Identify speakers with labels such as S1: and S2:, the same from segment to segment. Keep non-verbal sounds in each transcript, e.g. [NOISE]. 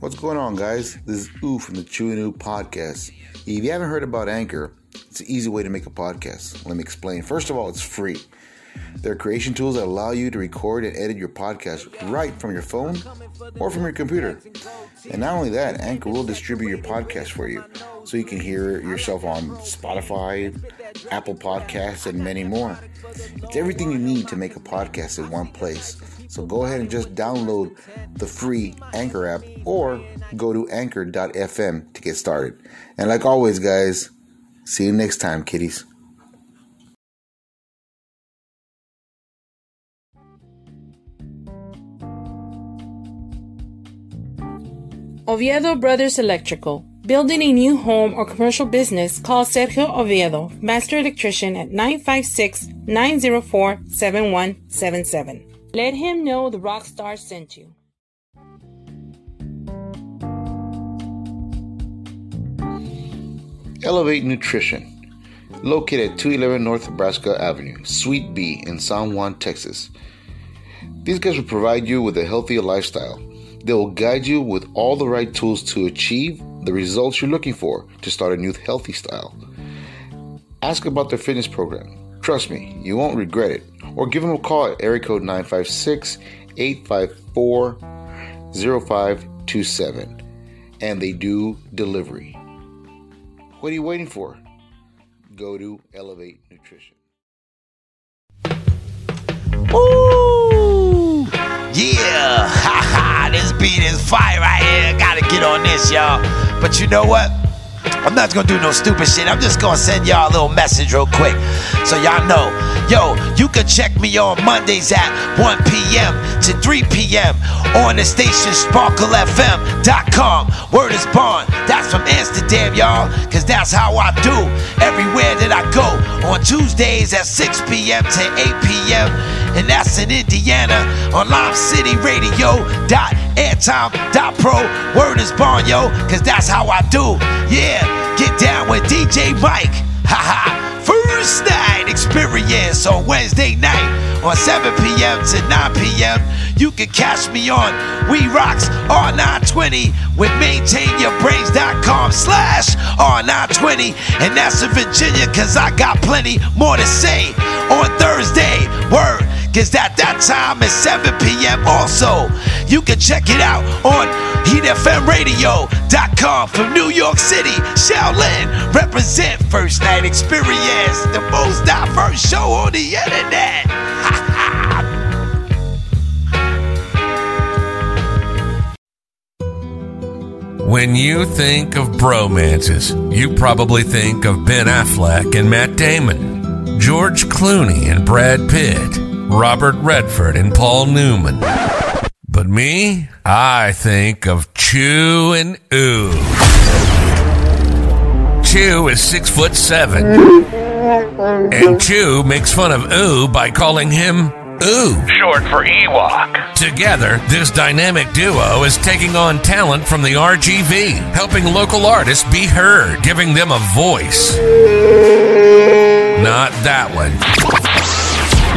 S1: What's going on, guys? This is Oo from the Chewy New Podcast. If you haven't heard about Anchor, it's an easy way to make a podcast. Let me explain. First of all, it's free. There are creation tools that allow you to record and edit your podcast right from your phone or from your computer. And not only that, Anchor will distribute your podcast for you so you can hear yourself on Spotify, Apple Podcasts, and many more. It's everything you need to make a podcast in one place. So go ahead and just download the free Anchor app or go to anchor.fm to get started. And like always, guys, see you next time, kitties.
S2: Oviedo Brothers Electrical. Building a new home or commercial business, call Sergio Oviedo, Master Electrician at 956 904 7177. Let him know the rock star sent you.
S1: Elevate Nutrition. Located at 211 North Nebraska Avenue, Suite B in San Juan, Texas. These guys will provide you with a healthier lifestyle. They will guide you with all the right tools to achieve the results you're looking for to start a new healthy style. Ask about their fitness program. Trust me, you won't regret it. Or give them a call at area code 956 854 0527. And they do delivery. What are you waiting for? Go to Elevate Nutrition.
S3: Ooh! Yeah! [LAUGHS] Ha ha! This beat is fire right here. Gotta get on this, y'all. But you know what? I'm not gonna do no stupid shit. I'm just gonna send y'all a little message real quick so y'all know. Yo, you can check me on Mondays at 1 p.m. to 3 p.m. on the station sparklefm.com. Word is born. That's from Amsterdam, y'all, because that's how I do everywhere that I go. On Tuesdays at 6 p.m. to 8 p.m., and that's in Indiana on LiveCityRadio.airtime.pro. Word is born, yo, because that's how I do. Yeah, get down with DJ Mike. Haha. First night experience on Wednesday night on 7 p.m. to 9 p.m. You can catch me on We Rocks R920 with MaintainYourBrains.com slash R920. And that's in Virginia because I got plenty more to say on Thursday. Word, because that, that time is 7 p.m. also. You can check it out on HeatFMRadio.com from New York City. Shaolin, represent First Night Experience, the most diverse show on the internet.
S4: When you think of bromances, you probably think of Ben Affleck and Matt Damon, George Clooney and Brad Pitt, Robert Redford and Paul Newman. But me, I think of Chew and Ooh. Chew is six foot seven, and Chew makes fun of Ooh by calling him Ooh.
S5: short for Ewok.
S4: Together, this dynamic duo is taking on talent from the RGV, helping local artists be heard, giving them a voice. Not that one.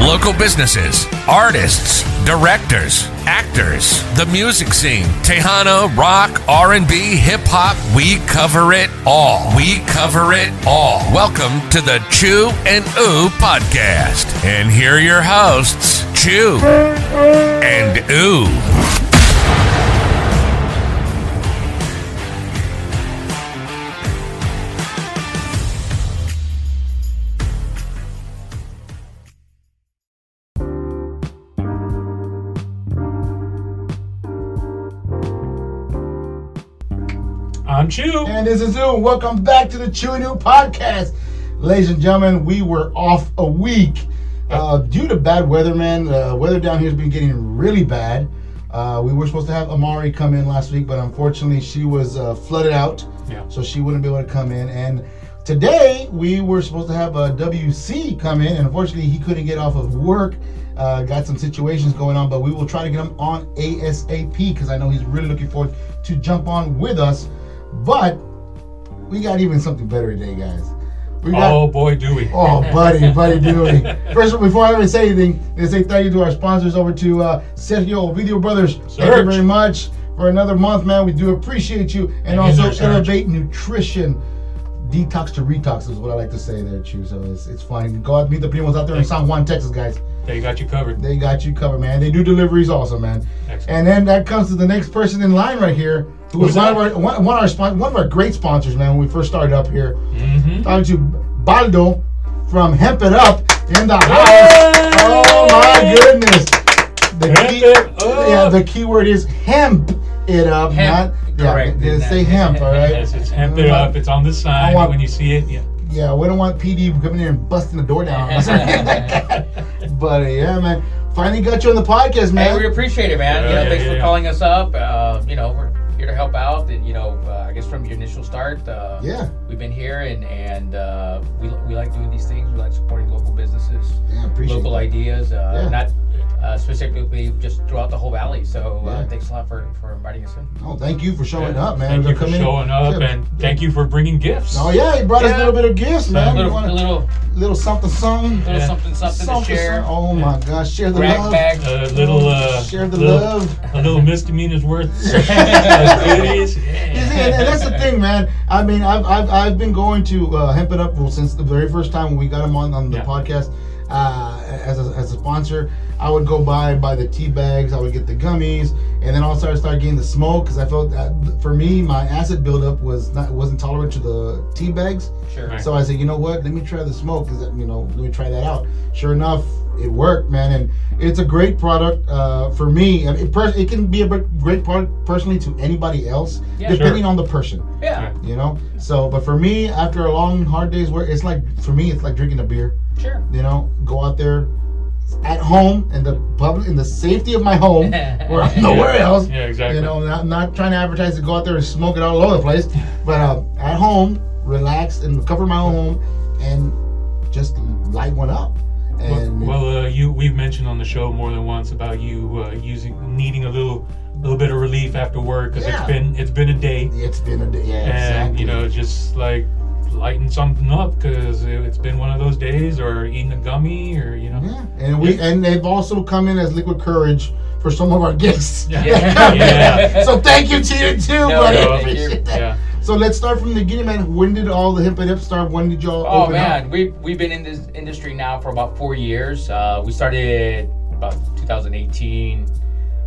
S4: Local businesses, artists, directors, actors, the music scene, Tejano, rock, R&B, hip hop, we cover it all. We cover it all. Welcome to the Chew and Ooh podcast. And here are your hosts, Chew and ooh.
S6: I'm Chew.
S1: And this is Zoom. Welcome back to the Chewy New Podcast. Ladies and gentlemen, we were off a week uh, due to bad weather, man. The weather down here has been getting really bad. Uh, we were supposed to have Amari come in last week, but unfortunately, she was uh, flooded out,
S6: Yeah.
S1: so she wouldn't be able to come in. And today, we were supposed to have uh, WC come in, and unfortunately, he couldn't get off of work. Uh, got some situations going on, but we will try to get him on ASAP because I know he's really looking forward to jump on with us. But we got even something better today, guys. We got,
S7: [LAUGHS]
S6: Oh boy, do we.
S1: Oh, buddy, buddy, doing. First, before I even say anything, let's say thank you to our sponsors over to uh, Sergio Video Brothers. Thank you
S6: Serge.
S1: very much
S7: for another month, man. We do appreciate you. And
S6: here's
S7: also
S6: our charge.
S7: Elevate Nutrition. Detox to retox is what I like to say there, Chew. So it's, it's fun. Go out and meet the primos out there in San Juan, Texas, guys.
S6: They got you covered.
S7: They got you covered, man. They do deliveries also, man.
S6: Excellent.
S7: And then that comes to the next person in line right here, who was
S6: Who's
S7: one
S6: that?
S7: of our one, one of our spon- one of our great sponsors, man. When we first started up here,
S6: Mm-hmm.
S7: talking to Baldo from Hemp It Up in the house. Oh my goodness! The
S6: Hemp
S7: key,
S6: it
S7: yeah,
S6: up.
S7: the keyword is hemp it up,
S8: Hemp,
S7: not
S8: correct.
S7: yeah, they say hemp, all right?
S6: Yes, it's hemp it up. It's on the sign.
S7: want-
S6: When you see it, yeah.
S7: Yeah, we don't want PD coming in and busting the door
S6: [LAUGHS]
S7: down. [LAUGHS] but uh, yeah, man, finally got you on the podcast, man.
S8: Hey, we appreciate it, man. you
S6: Yeah,
S8: know,
S6: yeah,
S8: thanks
S6: yeah,
S8: for
S6: yeah.
S8: calling us up. Uh, you know, we're here to help out. And, you know, uh, I guess from your initial start, uh,
S7: Yeah.
S8: we've been here, and and uh, we, we like doing these things. We like supporting local businesses,
S7: Yeah, appreciate
S8: local
S7: that.
S8: ideas, uh,
S7: Yeah.
S8: not uh, specifically just throughout the whole valley. So uh,
S7: Yeah.
S8: thanks a lot for for inviting us in.
S7: Oh, thank you for showing up, man.
S6: Thank you for
S7: Come in.
S6: showing up
S7: Yeah.
S6: and thank you for bringing gifts.
S7: Oh yeah, he brought us a
S8: Yeah.
S7: little bit of gifts, man.
S8: A
S7: You
S8: little,
S7: want
S8: a little,
S7: little something, something.
S8: little
S6: Yeah.
S8: something, something,
S7: something,
S8: to share.
S7: something. Oh my gosh, share the
S8: Rack
S7: love.
S8: bag.
S6: A little, uh,
S7: share the
S6: little,
S7: love.
S6: A little misdemeanor's
S7: [LAUGHS]
S6: worth of goodies.
S7: You
S6: Yeah.
S7: see, and, and that's the thing, man. I mean, I've, I've, I've been going to uh, Hemp It Up well, since the very first time when we got him on, on the
S6: Yeah.
S7: podcast uh, as, a, as a sponsor. I would go buy buy the tea bags, I would get the gummies, and then also I started getting the smoke because I felt that for me my acid buildup was not wasn't tolerant to the tea bags.
S8: Sure.
S6: Right.
S7: So I said, you know what? Let me try the smoke. 'cause, you know, let me try that out. Sure enough, it worked, man. And it's a great product uh, for me. I mean, It, pers- it can be a br- great product personally to anybody else,
S8: Yeah.
S7: depending on the person.
S8: Yeah,
S7: You know. So, but for me, after a long, hard day's work, it's like for me, it's like drinking a beer.
S8: sure.
S7: You know, go out there at home in the public in the safety of my home where I'm nowhere else.
S6: Yeah, exactly.
S7: You know, not, not trying to advertise to go out there and smoke it all over the place, but uh, at home, relax and cover my own home and just light one up. And
S6: Well, uh, you we've mentioned on the show more than once about you uh, using needing a little little bit of relief after work because
S7: Yeah.
S6: it's been it's been a day
S7: it's been a day. Yeah,
S6: and
S7: exactly.
S6: you know just like lighten something up because it's been one of those days or eating a gummy or you know
S7: yeah. And we and they've also come in as liquid courage for some of our [LAUGHS] guests.
S6: yeah [LAUGHS]
S8: [LAUGHS] Yeah.
S6: yeah,
S7: so thank you to you too,
S8: No,
S7: buddy.
S8: no,
S7: I
S8: thank you.
S7: appreciate that.
S6: yeah.
S7: So let's start from the beginning, man. When did all the hip and hip start? When did y'all
S8: Oh
S7: open
S8: man,
S7: up?
S8: we we've been in this industry now for about four years. Uh, we started about 2018.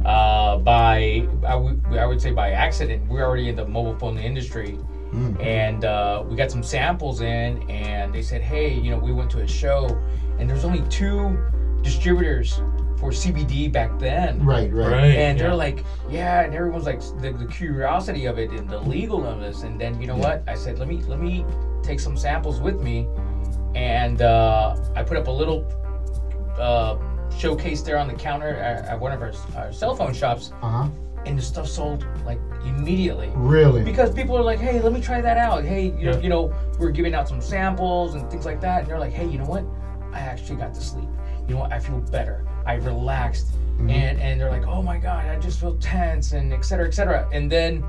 S8: Uh, by I would- I would say by accident, we're already in the mobile phone industry,
S7: Hmm.
S8: and uh, we got some samples in, and they said, hey, you know, we went to a show, and there's only two distributors for CBD back then.
S7: Right, right.
S6: right
S8: And
S6: yeah.
S8: they're like, yeah, and everyone's like the, the curiosity of it and the legal of this. And then you know what? I said, let me let me take some samples with me, and uh, I put up a little uh, showcase there on the counter at, at one of our, our cell phone shops,
S7: Uh huh.
S8: and the stuff sold like immediately.
S7: Really?
S8: Because people are like, hey, let me try that out. Hey, you,
S6: Yeah.
S8: you know, we're giving out some samples and things like that. And they're like, hey, you know what? I actually got to sleep. You know what? I feel better. I relaxed. And and they're like, oh my God, I just feel tense and et cetera, et cetera. And then,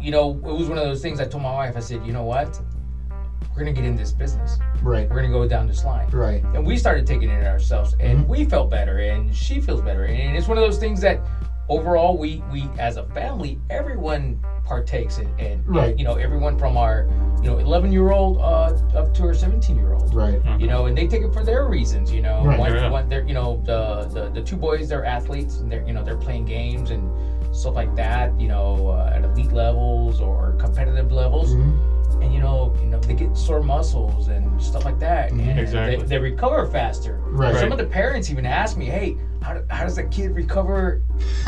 S8: you know, it was one of those things I told my wife, I said, you know what? We're going to get in this business.
S7: right,
S8: We're going to go down this line
S7: right.
S8: and we started taking it ourselves and we felt better and she feels better and it's one of those things that overall we we as a family everyone partakes in and
S7: Right.
S8: you know everyone from our you know 11 year old uh, up to our 17 year old
S7: Right.
S8: you know and they take it for their reasons you know
S7: Mm-hmm. Right.
S8: one,
S6: Yeah.
S8: one they're you know the, the the two boys they're athletes and they're you know they're playing games and stuff like that you know uh, at elite levels or competitive levels
S7: Mm-hmm.
S8: and you know, you know, they get sore muscles and stuff like that, and
S6: Exactly.
S8: they, they recover faster.
S7: Mm-hmm. Right.
S8: Some of the parents even ask me, "Hey, how, do- how does the kid recover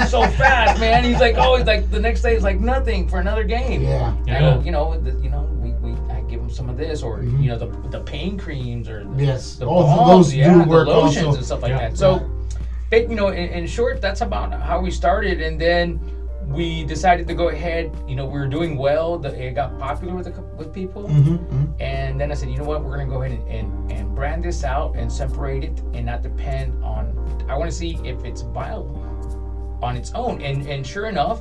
S8: so fast, man?"
S7: [LAUGHS]
S8: He's like, "Oh, he's like the next day is like nothing for another game."
S7: Yeah.
S8: And I go,
S6: Yeah.
S8: you know, the, you know, we, we I give him some of this, or you know, the the pain creams, or the,
S7: Mm-hmm. Yes.
S8: the
S7: All of
S8: balms,
S7: those do
S8: yeah,
S7: work
S8: the lotions
S7: also.
S8: and stuff like
S6: Yeah.
S8: that. So, it, you know, in, in short, that's about how we started, and then we decided to go ahead. You know, we were doing well. The, it got popular with the, co- with people,
S7: Mm-hmm.
S8: and then I said, you know what, we're gonna go ahead and, and and brand this out and separate it, and not depend on. I want to see if it's viable on its own. And and sure enough,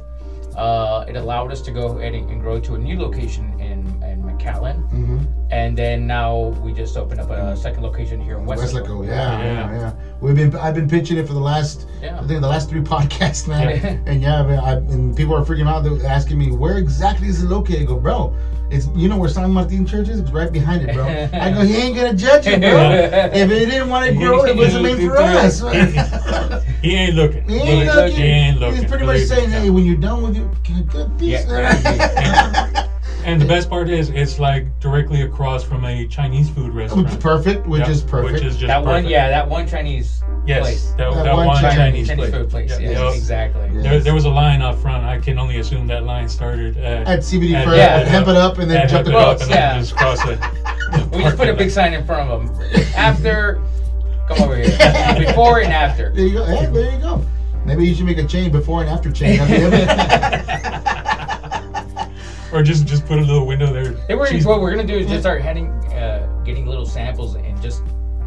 S8: uh, it allowed us to go ahead and, and grow to a new location in in McAllen, Catlin,
S7: Mm-hmm.
S8: and then now we just opened up a second location here in
S7: Westlaco,
S8: Westlaco.
S7: Mm-hmm. yeah,
S6: Yeah.
S7: yeah, yeah. We've been I've been pitching it for the last
S8: Yeah.
S7: I think the last three [LAUGHS] podcasts, man.
S8: Yeah.
S7: and yeah, man, I, and people are freaking out. They're asking me where exactly is it located. I go, bro, it's you know where San Martin Church is. It's right behind it, bro. I go, he ain't gonna judge it,
S8: [LAUGHS]
S7: bro. if it didn't want to grow, it wasn't made for us. he
S6: He ain't looking.
S7: ain't
S8: looking.
S7: looking.
S6: He ain't looking.
S7: He's pretty much
S6: believe me.
S7: saying, hey, when you're done with you, can I get [LAUGHS] this?
S6: And the best part is, it's like directly across from a Chinese food restaurant.
S7: Which is perfect, which
S6: Yep,
S7: is perfect.
S6: Which is just
S8: That
S6: perfect.
S8: one, yeah, that one Chinese
S6: Yes,
S8: place.
S6: That, that, one Chinese,
S8: Chinese
S6: place.
S8: food place.
S6: Yeah,
S8: yes,
S6: yeah.
S8: exactly.
S7: Yeah.
S6: There, there was a line out front. I can only assume that line started at,
S7: At CBD
S6: at-
S7: first,
S6: at-
S7: hemp it up, and then
S6: at
S7: jump
S6: Hemp
S7: it
S6: It
S7: up.
S6: Up, and then
S8: Yeah.
S6: just cross it.
S8: We just put a big sign in front of them. After, come over
S7: [LAUGHS]
S8: here. Before and after.
S7: There you go. Hey, there you go. Maybe you should make a chain before and after chain. That's
S6: Or just just put a little window there.
S8: They were,
S6: Cheese-
S8: what we're gonna do is just start heading, uh, getting little samples and just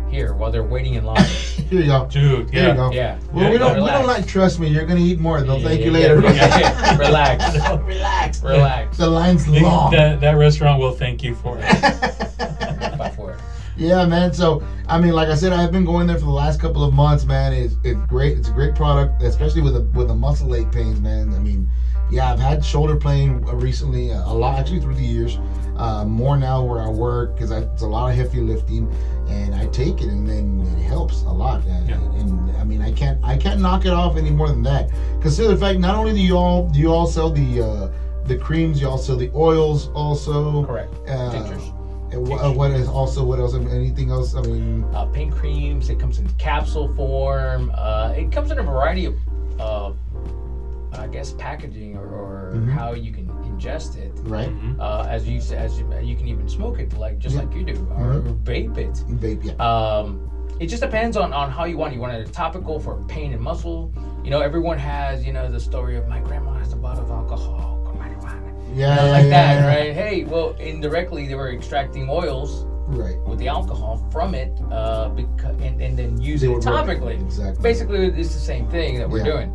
S8: here while they're waiting in line.
S7: it. [LAUGHS] Here you go.
S6: Dude,
S7: Here you
S6: yeah.
S7: go.
S8: Yeah.
S7: Well,
S6: Yeah,
S7: we don't. We
S8: relax.
S7: don't like. Trust me, you're gonna eat more. They'll thank you
S8: Yeah, [LAUGHS]
S7: later.
S8: yeah, yeah. Relax.
S7: [LAUGHS] Relax.
S8: Relax.
S7: The line's long.
S6: That, that restaurant will thank you for
S7: [LAUGHS]
S6: it.
S8: Before.
S7: Yeah, man. So I mean, like I said, I've been going there for the last couple of months, man. It's it's great. It's a great product, especially with the with the muscle ache pains, man. I mean, yeah, I've had shoulder pain recently uh, a lot, actually through the years. Uh, more now where I work because it's a lot of heavy lifting, and I take it, and then it helps a lot. And,
S6: Yeah.
S7: and I mean, I can't I can't knock it off any more than that. Consider the fact not only do you all do you all sell the uh, the creams, you all sell the oils, also
S8: Correct.
S7: Uh,
S8: Tinctures.
S7: and wha- uh, what is also what else? I mean, anything else? I mean,
S8: uh, pain creams. It comes in capsule form. Uh, it comes in a variety of, uh, I guess, packaging or, or how you can ingest it.
S7: Mm-hmm. right?
S8: Uh, as you s- as you, you can even smoke it, like just like you do, or
S7: Mm-hmm.
S8: vape it.
S7: Vape, yeah.
S8: Um, it just depends on, on how you want. it. You want it topical for pain and muscle. You know, everyone has you know the story of my grandma has a bottle of alcohol, marijuana,
S7: yeah, yeah,
S8: like
S7: yeah,
S8: that,
S7: yeah.
S8: right? Hey, well, indirectly they were extracting oils
S7: Right.
S8: with the alcohol from it uh, beca- and, and then use
S7: They
S8: it
S7: would work it,
S8: topically.
S7: exactly.
S8: Basically, it's the same thing that we're
S7: Yeah.
S8: doing.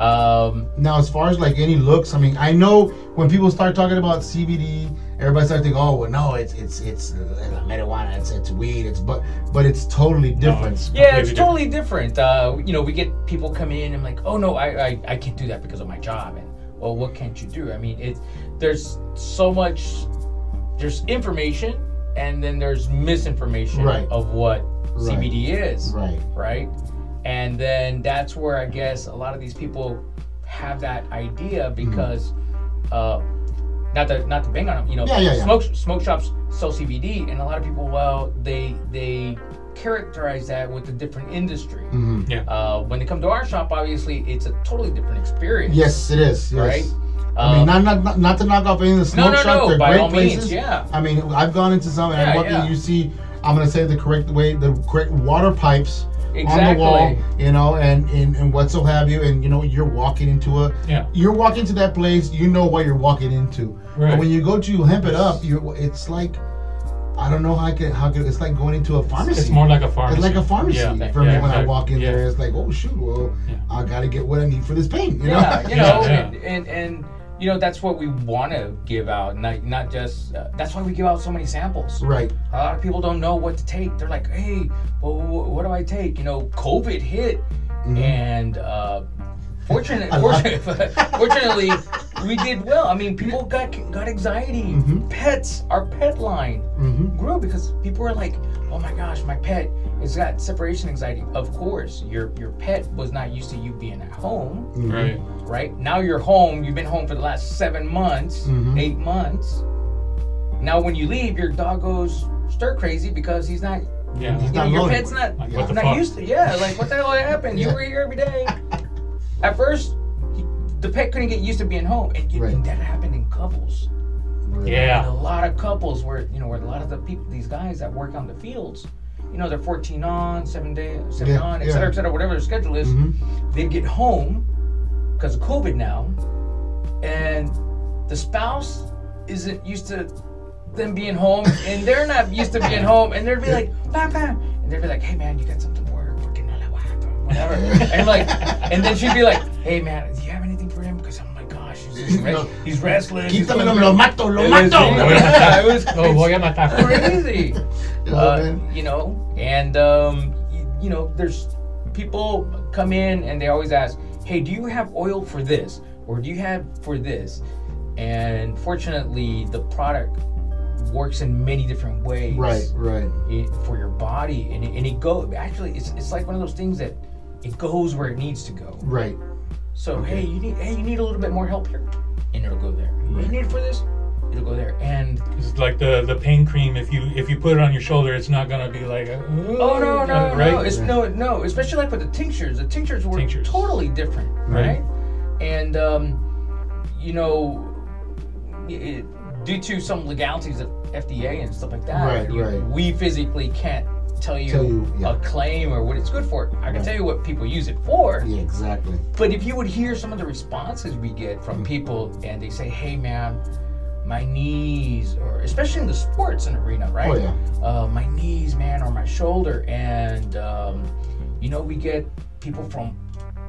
S8: Um,
S7: Now, as far as like any looks, I mean, I know when people start talking about CBD, everybody starts thinking, "Oh, well, no, it's it's it's uh, marijuana, it's it's weed, it's but but it's totally different."
S6: it's-
S8: yeah, it's
S6: Completely
S8: totally different. Uh, you know, we get people come in and like, oh no, I, I, I can't do that because of my job. And well, what can't you do? I mean, it's there's so much. There's information, and then there's misinformation
S7: Right.
S8: of what
S7: Right.
S8: CBD is.
S7: right.
S8: right? And then that's where I guess a lot of these people have that
S7: Hmm.
S8: idea because, uh, not to not to bang on them, you know,
S7: Yeah, yeah, yeah.
S8: smoke smoke shops sell CBD, and a lot of people, well, they they characterize that with a different industry.
S7: Hmm.
S6: Yeah.
S8: Uh, when they come to our shop, obviously, it's a totally different experience.
S7: Yes, it is. Yes.
S8: Right?
S7: I mean, not,
S8: Um,
S7: not not not to knock off any of the
S8: No,
S7: smoke
S8: no,
S7: shops.
S8: no,
S7: They're
S8: by
S7: great
S8: all means,
S7: places.
S8: yeah.
S7: I mean, I've gone into some and
S8: Yeah,
S7: I walk
S8: yeah.
S7: in. You see, I'm gonna say the correct way, the correct water pipes on the
S8: Exactly.
S7: wall, you know, and and and what so have you, and you know, you're walking into a,
S6: Yeah.
S7: you're walking to that place. You know what you're walking into.
S6: Right.
S7: But when you go to hemp it up, you it's like, I don't know how I could how could it's like going into a pharmacy.
S6: It's more like a pharmacy.
S7: It's like a pharmacy
S6: Yeah.
S7: for me
S6: yeah,
S7: when I
S6: exact-
S7: walk in
S6: yeah.
S7: there. It's like, oh shoot, well,
S6: Yeah.
S7: I gotta get what I need for this pain, you
S8: yeah,
S7: know?
S8: you know,
S6: Yeah,
S8: And, and and you know that's what we want to give out, not not just. Uh, that's why we give out so many samples.
S7: [LAUGHS] right.
S8: A lot of people don't know what to take. They're like, hey, well, wh- what do I take? You know, COVID hit, and uh, fortunate, fortunate, [LAUGHS] fortunately, we did well. I mean, people got got anxiety. Pets, our pet line
S7: Mm-hmm.
S8: grew because people were like, oh my gosh, my pet has got separation anxiety. Of course, your your pet was not used to you being at home
S6: Right.
S8: right? Now you're home. You've been home for the last seven months,
S7: Mm-hmm.
S8: eight months. Now when you leave, your dog goes stir crazy because he's not.
S6: Yeah.
S8: You know,
S7: not
S8: your
S7: loaded
S8: pet's
S7: with-
S8: not.
S6: like, what the
S8: not
S6: fuck?
S8: used to. Yeah, like what the hell happened? You
S7: Yeah.
S8: were here every day. At first, he, the pet couldn't get used to being home, and you,
S7: Right.
S8: and that happened in couples. And a
S6: Yeah.
S8: lot of couples where you know where a lot of the people, these guys that work on the fields, you know, they're 14 on, seven day, seven
S7: Yeah,
S8: on,
S7: yeah.
S8: et
S7: Mm-hmm.
S8: cetera, et cetera, whatever their schedule is. They'd get home because of COVID now, and the spouse isn't used to them being home, and they're not used to being home, and they'd be like, bam, bam, and they'd be like, hey man, you got something to work, porque no la voy a- whatever, and like, and then she'd be like, hey man, do you have anything for him? Because oh my gosh, he's He's, re-
S7: No.
S8: he's restless. he's
S7: Quítamelo,
S8: going-
S7: me lo mato, lo
S8: It was-
S7: mato.
S8: [LAUGHS] it was
S9: Lo voy a matar.
S8: crazy.
S7: Yeah,
S8: uh,
S7: man.
S8: you know, and um, you, you know, there's people come in and they always ask, "Hey, do you have oil for this, or do you have for this?" And fortunately, the product works in many different ways
S7: Right, right.
S8: it, for your body, and it, and it go actually, it's it's like one of those things that it goes where it needs to go.
S7: Right.
S8: So hey, you need hey, you need a little bit more help here, and it'll go there. You need it for this, it'll go there, and
S6: It's like the the pain cream. If you if you put it on your shoulder, it's not gonna be like. uh,
S8: Oh no no
S6: uh, right?
S8: no! It's no no, especially like with the tinctures. The tinctures were
S6: Tinctures.
S8: totally different, right?
S6: Right.
S8: And um, you know, it, due to some legalities of FDA and stuff like that,
S7: Right,
S8: you-
S7: right.
S8: we physically can't tell you,
S7: Tell you, yeah.
S8: a claim or what it's good for. I can
S7: Right.
S8: tell you what people use it for.
S7: Yeah, exactly.
S8: But if you would hear some of the responses we get from people, and they say, "Hey, man, my knees," or especially in the sports and arena, right?
S7: Oh, yeah.
S8: Uh, my knees, man, or my shoulder, and um, you know, we get people from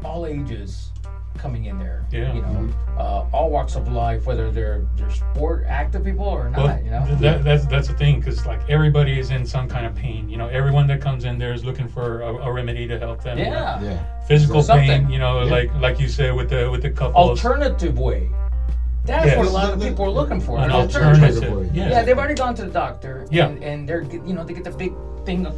S8: all ages coming in there.
S6: Yeah.
S8: You know, uh, all walks of life, whether they're they're sport active people or not.
S6: Well,
S8: you know.
S6: th- that, that's that's the thing, because like everybody is in some kind of pain. You know, everyone that comes in there is looking for a, a remedy to help them. you know.
S8: yeah.
S7: Yeah.
S6: Physical
S8: Something.
S6: pain, you know,
S7: Yeah.
S6: like like you said with the with the couple. of-
S8: Alternative way. That's
S6: Yes.
S8: what a lot of people are looking for.
S6: An
S8: an
S6: alternative.
S7: alternative.
S6: Yeah.
S8: Yeah, they've already gone to the doctor.
S6: Yeah.
S8: And, and they're, get- you know, they get the big thing of,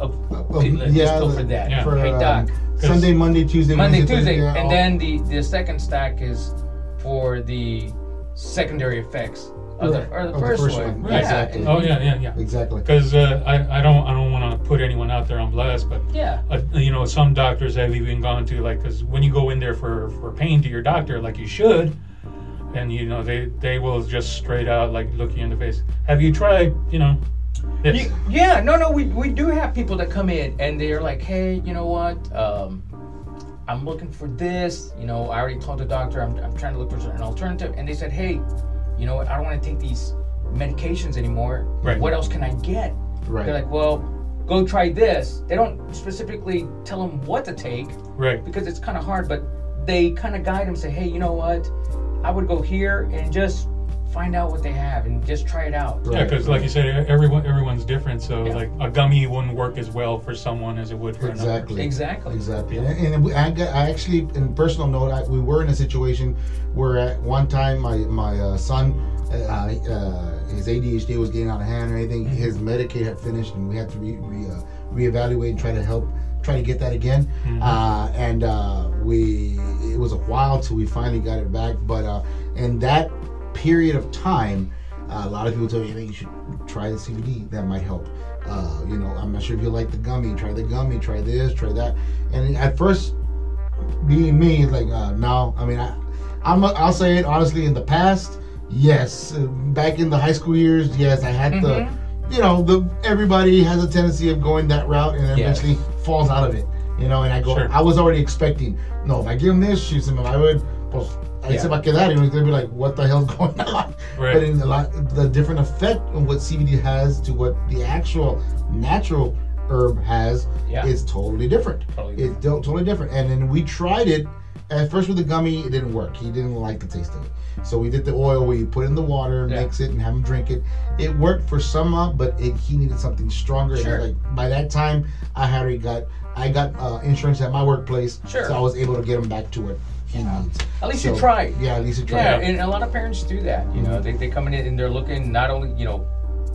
S8: of
S7: Well,
S8: let's go
S7: the-
S8: for that.
S6: Yeah.
S7: For,
S8: hey, doc.
S7: um, Sunday, Monday, Tuesday,
S8: Monday,
S7: Wednesday,
S8: Tuesday.
S7: yeah, oh.
S8: and
S7: all-
S8: then the, the second stack is for the secondary effects of, the,
S7: Right,
S8: or the,
S7: of the
S8: first,
S7: first
S8: one.
S7: one.
S8: Yeah.
S7: Exactly.
S8: and-
S6: Oh yeah, yeah, yeah.
S7: Exactly.
S6: Because uh, I I don't I don't want to put anyone out there on blast, but
S8: Yeah.
S6: uh, you know some doctors have even gone to like because when you go in there for for pain to your doctor like you should and you know they they will just straight out like look you in the face have you tried you know this
S8: You- yeah, no, no, we, we do have people that come in and they're like, hey, you know what? Um, I'm looking for this. You know, I already told the doctor I'm, I'm trying to look for an alternative. And they said, hey, you know what? I don't want to take these medications anymore.
S6: Right.
S8: What else can I get?
S7: Right.
S8: They're like, well, go try this. They don't specifically tell them what to take
S6: right
S8: because it's kind of hard, but they kind of guide them, say, hey, you know what? I would go here and just find out what they have and just try it out.
S6: yeah
S7: Right.
S6: because like you said e- everyone everyone's different so
S8: Yeah.
S6: like a gummy wouldn't work as well for someone as it would for another
S7: Exactly.
S8: Exactly.
S7: Exactly. And, and we, I, got- I actually, in personal note, I, we were in a situation where at one time my my uh, son, uh, uh, his ADHD was getting out of hand or anything. His Medicaid had finished, and we had to re, re, uh, reevaluate and try to help, try to get that again. Uh, and uh, we, it was a while till we finally got it back. But uh, in that period of time. Uh, a lot of people tell me, hey, you should try the CBD. That might help. Uh, you know, I'm not sure if you like the gummy. Try the gummy. Try this. Try that. And at first, being me, it's like, uh, no. I mean, I, I'm. A, I'll say it honestly. In the past, yes. Uh, Back in the high school years, yes, I had
S8: Mm-hmm.
S7: the. You know, the everybody has a tendency of going that route and then
S8: Yes.
S7: eventually falls out of it. You know, and I go,
S6: Sure.
S7: I was already expecting. No, if I give him this, shoots him. If I would, well, I
S8: Yeah.
S7: said, I get that. He was gonna be like, what the hell's [LAUGHS] going on?
S6: Right.
S7: But in a lot, the different effect of what CBD has to what the actual natural herb has
S8: Yeah.
S7: is totally different.
S8: Totally
S7: it's to- totally different. And then we tried it at first with the gummy. It didn't work. He didn't like the taste of it. So we did the oil where you put it in the water,
S8: Yeah.
S7: mix it, and have him drink it. It worked for some, uh, but it, he needed something stronger.
S8: Sure.
S7: And like by that time, I had already got I got uh, insurance at my workplace,
S8: Sure.
S7: so I was able to get him back to what he needs.
S8: At least you
S7: So-
S8: tried.
S7: Yeah, at least you tried.
S8: Yeah, and a lot of parents do that. You know, they, they come in and they're looking not only you know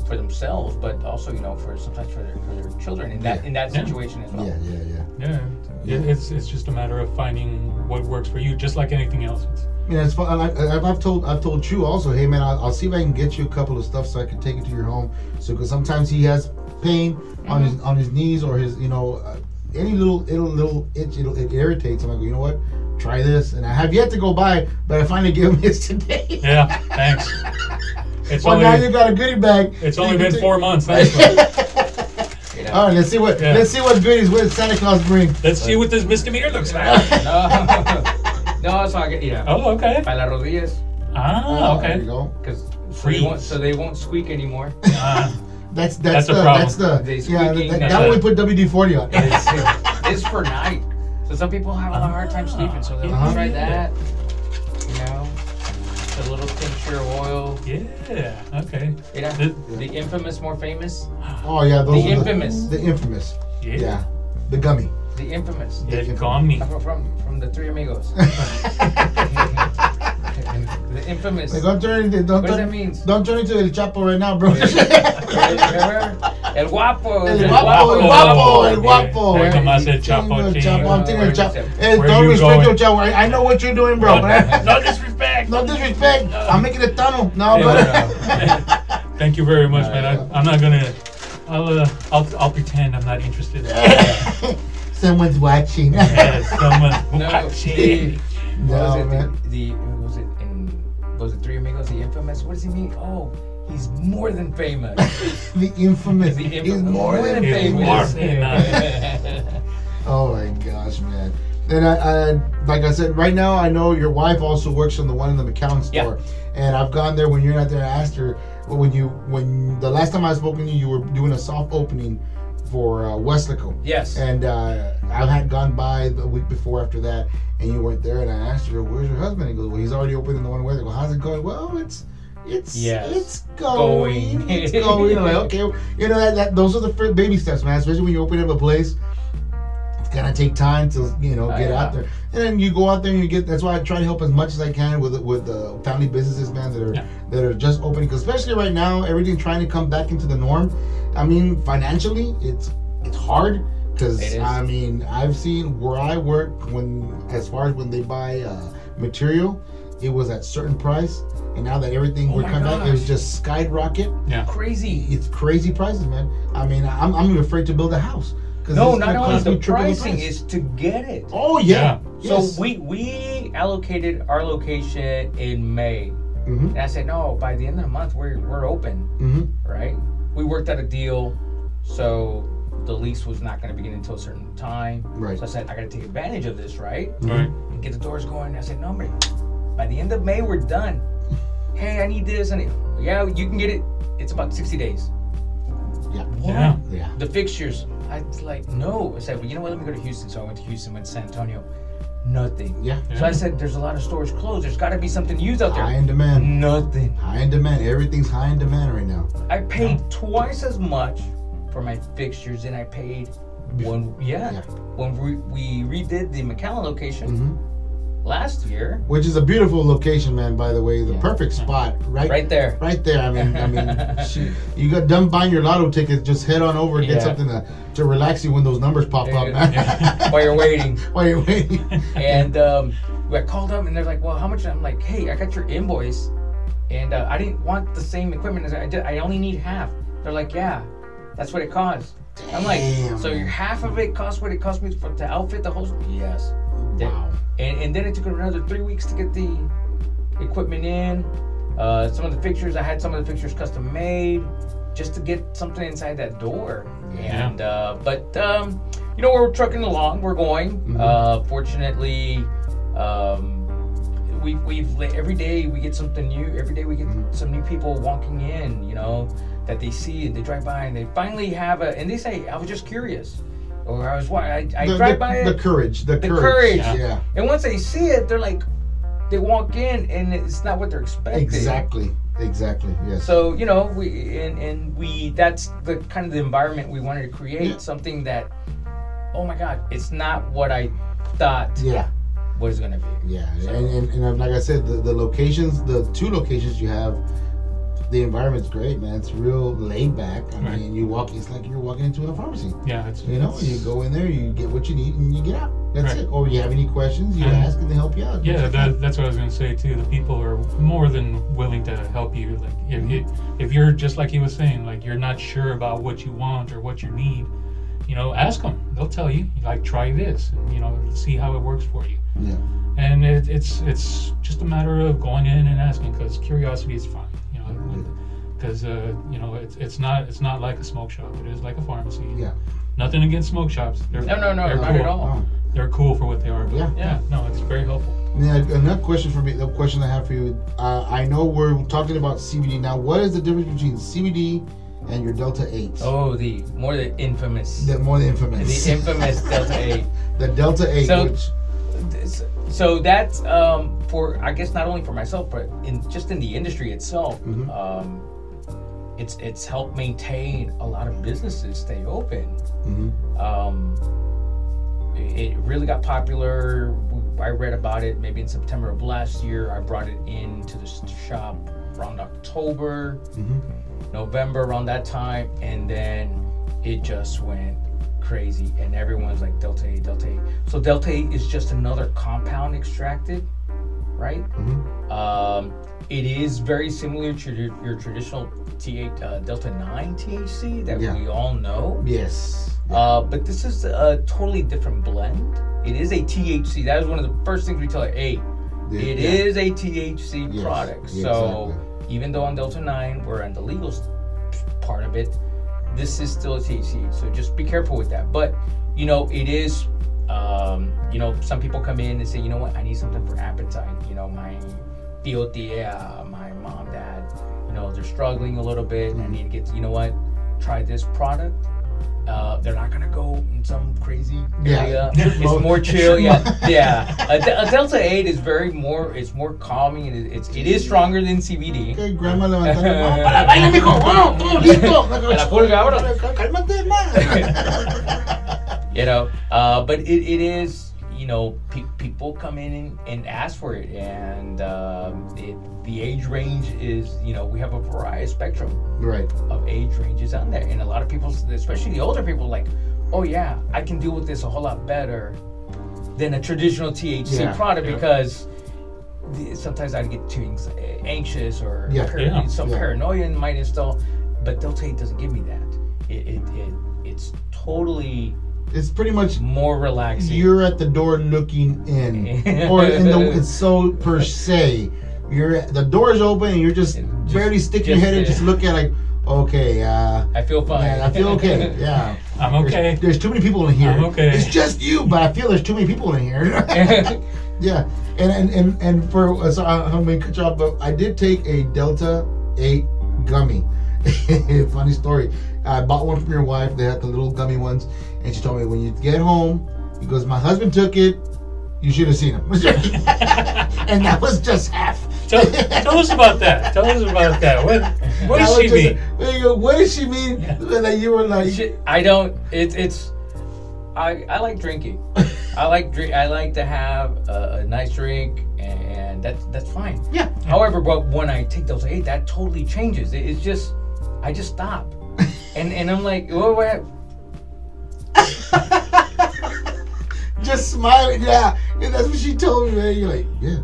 S8: for themselves, but also you know for sometimes for their for their children in that in that
S6: Yeah.
S8: situation as well.
S7: Yeah, yeah, yeah.
S6: yeah, It, it's it's just a matter of finding what works for you just like anything else It's-
S7: And it's fun. I, I, I've told I've told you also, hey man, I'll, I'll see if I can get you a couple of stuff so I can take it to your home. So because sometimes he has pain
S6: Mm-hmm.
S7: on his on his knees or his you know uh, any little it'll little itch it'll, it irritates him. I go, you know what? Try this, and I have yet to go buy, but I finally [LAUGHS] gave him his today.
S6: yeah thanks it's
S7: well,
S6: only
S7: now you got a goodie bag.
S6: it's
S7: You
S6: only
S7: can
S6: been
S7: take-
S6: four
S7: [LAUGHS]
S6: months thanks bud.
S7: All right, let's see what
S6: Yeah.
S7: let's see what goodies what does Santa Claus bring.
S6: let's see what this misdemeanor looks
S7: [LAUGHS]
S6: like
S8: No, [LAUGHS] it's not good. You know,
S6: oh okay
S8: para las rodillas,
S6: ah
S7: There
S6: okay
S7: you go.
S8: because so they
S6: Freeze.
S8: won't so they won't squeak
S6: [LAUGHS]
S8: anymore.
S7: Oh.
S6: Ah.
S7: That's that's,
S6: That's a
S7: the
S6: problem.
S7: that's the
S8: They
S7: yeah
S8: squeaking.
S7: that, that,
S6: That's
S7: one
S6: a-
S7: we put WD forty on.
S8: it's, it's for
S6: Ah.
S8: night. So some people have a hard time sleeping, so they'll
S6: Uh-huh.
S8: try that. You know, little tincture of oil.
S6: Yeah. Okay.
S8: You know,
S6: Th-
S8: the infamous, more famous,
S7: Oh yeah, those
S8: The
S7: are
S8: infamous.
S7: The, infamous.
S6: Yeah.
S7: Yeah, the gummy.
S8: the infamous.
S6: Yeah,
S7: Taking
S6: gummy.
S8: From from, from the three
S6: [LAUGHS]
S8: amigos. the infamous.
S7: Like, don't turn into don't
S8: What does
S7: turn,
S8: that mean?
S7: Don't turn into El Chapo right now, bro.
S8: Remember? El
S7: [LAUGHS]
S8: guapo.
S7: El guapo, el guapo, el guapo.
S6: There
S7: eh.
S6: come us El
S7: Thinking of
S6: Chapo, Chico.
S7: Chapo. I'm thinking of Chapo. Hey,
S6: Where
S7: don't
S6: you
S7: respect
S6: going?
S7: your Chapo. I I know what you're doing, bro.
S6: [LAUGHS]
S7: Eh,
S6: no disrespect.
S7: No disrespect. I'm making a tunnel. No,
S6: Hey,
S7: but
S6: but, uh, thank you very much, man. I, I'm not gonna. I'll, uh, I'll I'll pretend I'm not interested. [LAUGHS] yes,
S7: [LAUGHS] someone's watching.
S6: someone [LAUGHS]
S8: No,
S6: watching.
S8: Ah, was
S7: No,
S8: it
S7: man.
S8: the, the was it in was it Three Amigos? The infamous. What does he mean? Oh, he's more
S7: [LAUGHS]
S8: than famous.
S7: [LAUGHS] The infamous
S8: The infamous.
S7: is more than
S6: He's more
S7: famous.
S6: than I-
S8: [LAUGHS]
S7: Oh my gosh, man. And I, I, like I said, right now I know your wife also works on the one in the McCown
S8: Yeah.
S7: store, and I've gone there when you're not there. I asked her well, when you when the last time I spoke to you, you were doing a soft opening for uh, Westlico.
S8: Yes.
S7: And uh, I had gone by the week before after that, and you weren't there. And I asked her, "Where's your husband?" He goes, "Well, he's already opening the one where." I go, "How's it going?" Well, it's. It's
S8: Yes.
S7: it's going,
S8: Going. [LAUGHS]
S7: it's going. I'm like, okay, you know that, that those are the first baby steps, man. Especially when you open up a place, it's gonna take time to you know
S8: Oh,
S7: get
S8: yeah.
S7: out there and then you go out there and you get that's why i try to help as much as i can with with the family businesses man that are
S6: Yeah.
S7: that are just opening 'Cause especially right now everything trying to come back into the norm i mean financially it's it's hard because
S8: It is.
S7: i mean i've seen where i work when as far as when they buy uh, material it was at certain price and now that everything
S8: Oh
S7: we're
S6: my
S7: coming back it was
S6: gosh.
S7: just skyrocket
S6: Yeah.
S8: Crazy.
S7: it's crazy prices man i mean i'm, I'm afraid to build a house because
S8: No, not only the pricing is to get it.
S7: Oh yeah.
S8: So
S7: Yes.
S8: we we allocated our location in May,
S7: Mhm.
S8: and I said no. By the end of the month, we're we're open,
S7: Mhm.
S8: right? We worked out a deal, so the lease was not going to begin until a certain time.
S7: Right. Mm.
S8: So I said I got to take advantage of this, right?
S6: Right.
S8: And get the doors going. I said no, man. By the end of May, we're
S7: [LAUGHS]
S8: done. Hey, I need this. I need. Yeah, you can get it. It's about sixty days.
S7: Yeah.
S6: Yeah.
S7: Yeah.
S8: The fixtures. I was like no. I said, well, you know what? Let me go to Houston. So I went to Houston, went to San Antonio. Nothing.
S7: Yeah.
S8: So I said, there's a lot of stores closed. There's got to be something used out there.
S7: High in demand.
S8: Nothing.
S7: High in demand. Everything's high in demand right now.
S8: I paid twice as much for my fixtures than I paid when yeah,
S7: Yeah.
S8: when we, we redid the McAllen location
S7: Mm-hmm.
S8: last year.
S7: Which is a beautiful location, man. By the way, the
S8: Yeah.
S7: perfect spot. Right.
S8: Right there.
S7: Right there. I mean, I
S8: [LAUGHS]
S7: mean, shoot. You got done buying your lotto tickets. Just head on over and get
S8: Yeah.
S7: something to, to relax you when those numbers pop up, man. [LAUGHS]
S8: [LAUGHS] While you're waiting.
S7: While you're
S8: [LAUGHS]
S7: waiting.
S8: And um, I called up and they're like, well, how much? I'm like, hey, I got your invoice, and uh, I didn't want the same equipment as I did. I only need half. They're like, yeah, that's what it costs. I'm like, so your half of it cost what it cost me for to outfit the whole. Yes.
S7: Wow.
S8: And, and then it took another three weeks to get the equipment in. Uh, some of the fixtures, I had some of the fixtures custom made just to get something inside that door.
S6: Yeah.
S8: And uh, but um, you know we're trucking along, we're going.
S7: Mm-hmm.
S8: Uh, fortunately, um, we we've li- every day we get something new. Every day we get
S7: Mm-hmm.
S8: some new people walking in. You know that they see and they drive by and they finally have a and they say I was just curious or I was why I, I
S7: the,
S8: drive
S7: the-
S8: by it.
S7: the courage. The,
S8: The
S7: courage.
S8: courage.
S7: Yeah.
S8: And once they see it, they're like, they walk in and it's not what they're expecting.
S7: Exactly. Exactly. Yes.
S8: So you know, we and and we that's the kind of the environment we wanted to create.
S7: Yeah.
S8: Something that, oh my God, it's not what I thought
S7: yeah.
S8: was gonna be.
S7: Yeah,
S8: So-
S7: and, and, and like I said, the, the locations, the two locations you have, the environment's great, man. It's real laid back. I
S6: Right.
S7: mean, you walk, it's like you're walking into a pharmacy.
S6: Yeah. It's,
S7: You know,
S6: it's-
S7: you go in there, you get what you need, and you get out. That's
S6: Right.
S7: it. Or you have any questions, you
S6: And-
S7: ask, and they help you out.
S6: Yeah, that, that's what I was gonna say too. The people are more than willing to help you. Like if you, if you're just like he was saying, like you're not sure about what you want or what you need, you know, ask them. They'll tell you. Like try this, and, you know, see how it works for you.
S7: Yeah.
S6: And it, it's it's just a matter of going in and asking because curiosity is fine. You know, because uh, you know it's it's not it's not like a smoke shop. It is like a pharmacy.
S7: Yeah.
S6: Nothing against smoke shops. They're,
S8: No, no, no,
S6: they're
S8: not
S6: cool.
S8: at all.
S7: Oh.
S6: They're cool for what they are. But
S7: Yeah.
S6: yeah. No, it's very helpful.
S7: Now, another question for me. The question I have for you. Uh, I know we're talking about CBD now. What is the difference between CBD and your Delta Eight?
S8: Oh, the more the infamous,
S7: The more the
S8: the
S7: infamous.
S8: infamous Delta Eight.
S7: [LAUGHS] the Delta Eight.
S8: So-
S7: which,
S8: this- so that's um, for I guess not only for myself, but in just in the industry itself, um, it's it's helped maintain a lot of businesses stay open.
S7: mm-hmm,
S8: Um, it it really got popular. I read about it maybe in September of last year. I brought it into the s- shop around October,
S7: mm-hmm,
S8: November, around that time, and then it just went crazy. And everyone's like Delta 8, Delta 8. So Delta 8 is just another compound extracted, right?
S7: mm-hmm.
S8: Um, it is very similar to your, your traditional T8 uh, Delta 9 THC that
S7: Yeah.
S8: we all know.
S7: Yes.
S8: Uh, but this is a totally different blend. It is a THC. That was one of the first things we tell her. Hey,
S7: Yeah,
S8: it
S7: yeah.
S8: is a THC
S7: Yes,
S8: product.
S7: yeah,
S8: so
S7: exactly.
S8: even though on Delta 9, we're on the legal s- part of it, this is still a THC. So just be careful with that. But, you know, it is, um, you know, some people come in and say, you know what, I need something for appetite. You know, my tio, tia, uh, my mom, dad, you know, they're struggling a little bit.
S7: Mm-hmm.
S8: I need to get, you know what, try this product. Uh, they're not gonna go in some crazy
S7: Yeah. [LAUGHS]
S8: area. It's more chill. Yeah, yeah. A, de- a Delta Eight is very more. It's more calming. and It, it's it is stronger than CBD.
S7: Okay, grandma levantando.
S8: [LAUGHS]
S7: Vamos para la vaina, mijo. Vamos, vamos, listo.
S8: A la pulga, vámonos.
S7: Cálmate, ma.
S8: [LAUGHS] You know, uh, but it, it is. You know, pe- people come in and, and ask for it, and um, it, the age range is. You know, we have a variety spectrum.
S7: Right.
S8: of age ranges on there. And a lot of people, especially the older people, like, oh yeah, I can deal with this a whole lot better than a traditional THC
S7: Yeah,
S8: product because the, sometimes I'd get too anx- eh, anxious or
S7: Yeah.
S8: par-
S6: Yeah.
S8: some
S7: Yeah.
S8: paranoia in might install. But Delta 8 doesn't give me that. It, it, it It's totally
S7: It's pretty much
S8: more relaxing.
S7: you're at the door looking
S8: [LAUGHS]
S7: in, or in the it's so per se. You're at- the door's open and you're just,
S8: Just-
S7: barely stick your
S8: just,
S7: head and
S8: uh,
S7: just look at like, okay,
S8: [LAUGHS]
S7: uh,
S8: I feel fine.
S7: man, I feel
S8: [LAUGHS]
S7: okay. Yeah,
S6: I'm
S7: There's-
S6: okay.
S7: There's, too many people in here.
S6: I'm okay.
S7: It's just you, but I feel there's too many people in
S6: [LAUGHS]
S7: here. [LAUGHS] yeah, and and and, and for uh, so I, I'm gonna cut you off, but I did take a Delta Eight gummy. [LAUGHS] Funny story. I bought one from your wife. They had the little gummy ones, and she told me when you get home, because my husband took it. You should have seen him. [LAUGHS] and that was just half.
S6: Tell, tell us about that. Tell us about that. What what
S7: That
S6: does
S7: was
S6: she
S7: just-
S6: mean?
S7: There you go. What does she mean? That you were like,
S8: Shit, I don't. It's it's. I I like
S7: [LAUGHS]
S8: drinking. I like drink. I like to have a, a nice drink, and, and that's that's fine.
S7: yeah,
S8: However, but when I take those eight, that totally changes. It, it's just, I just
S7: [LAUGHS]
S8: stop, and and I'm like, what? what
S7: just smiling. Yeah, and that's what she told me, man. You're like, yeah.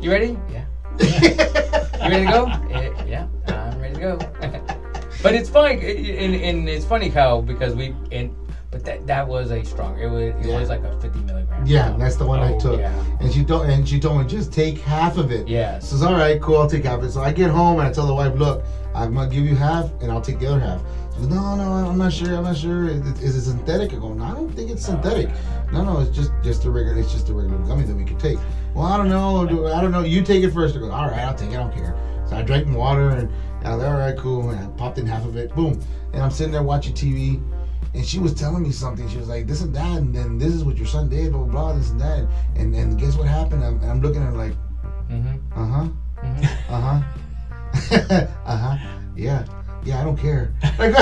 S8: you ready? Yeah. you ready to go? Eh, yeah, I'm ready to go. [LAUGHS] but it's fine, eh, eh, and, and it's funny how because we and but that that was a strong. It was it
S7: Yeah.
S8: was like a 50
S7: [LAUGHS]
S8: milligram.
S7: Yeah, that's the one I
S6: Oh,
S7: took.
S8: yeah.
S7: And she told and she told me just take half of it. [LAUGHS]
S8: Yeah.
S7: She says, all right, cool, I'll take half of it. So I get home and I tell the wife, look, I'm gonna give you half and I'll take the other half. She goes, no, no, I'm not sure. I'm not sure. Is it- is it synthetic? I go, no, I don't think it's synthetic. No, no, it's just just a regular. It's just a regular gummy that we could take. Well, I don't know. do- I don't know. You take it first. I go, all right, I'll take it. I don't care. So I drank more water and I was like, all right, cool. And I popped in half of it. Boom. And I'm sitting there watching TV and she was telling me something. She was like, "This and that, and then this is what your son did, blah blah, blah this and that." And and guess what happened? I'm, I'm looking at her like,
S8: Mhm.
S7: uh huh,
S8: Mm-hmm.
S7: uh [LAUGHS] huh, uh huh, yeah, yeah. I don't
S8: [LAUGHS]
S7: care. [LAUGHS] Like,
S8: [LAUGHS]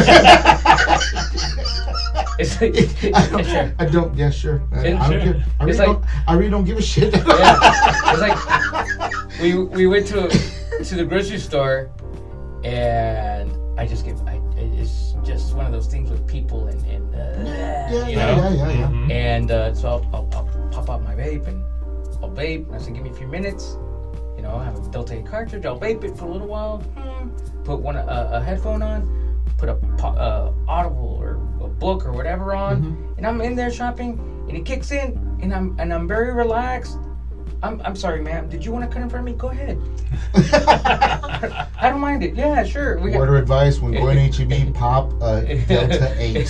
S8: It's like,
S7: I, don't, I don't. Yeah, sure. I, I don't care. I really,
S8: It's
S7: don't, I really don't give a shit. [LAUGHS]
S8: Yeah. It's like we we went to to the grocery store, and I just get I it's just one of those things with people and and uh,
S7: yeah, yeah,
S8: you know
S7: yeah, yeah, yeah.
S8: and uh, so I'll, I'll, I'll pop out my vape and I'll vape. And I said, give me a few minutes. You know, I have a Delta 8 cartridge. I'll vape it for a little while. hmm, Put one a, a headphone on. Put a po- uh, Audible or a book or whatever on, and I'm in there shopping, and it kicks in, and I'm and I'm very relaxed. I'm, I'm sorry, ma'am. Did you want to cut in front of me? Go ahead. I don't mind it. Yeah, sure.
S7: [LAUGHS]
S8: We
S7: Word of advice: When going HEB, pop a Delta
S8: [LAUGHS]
S7: Eight.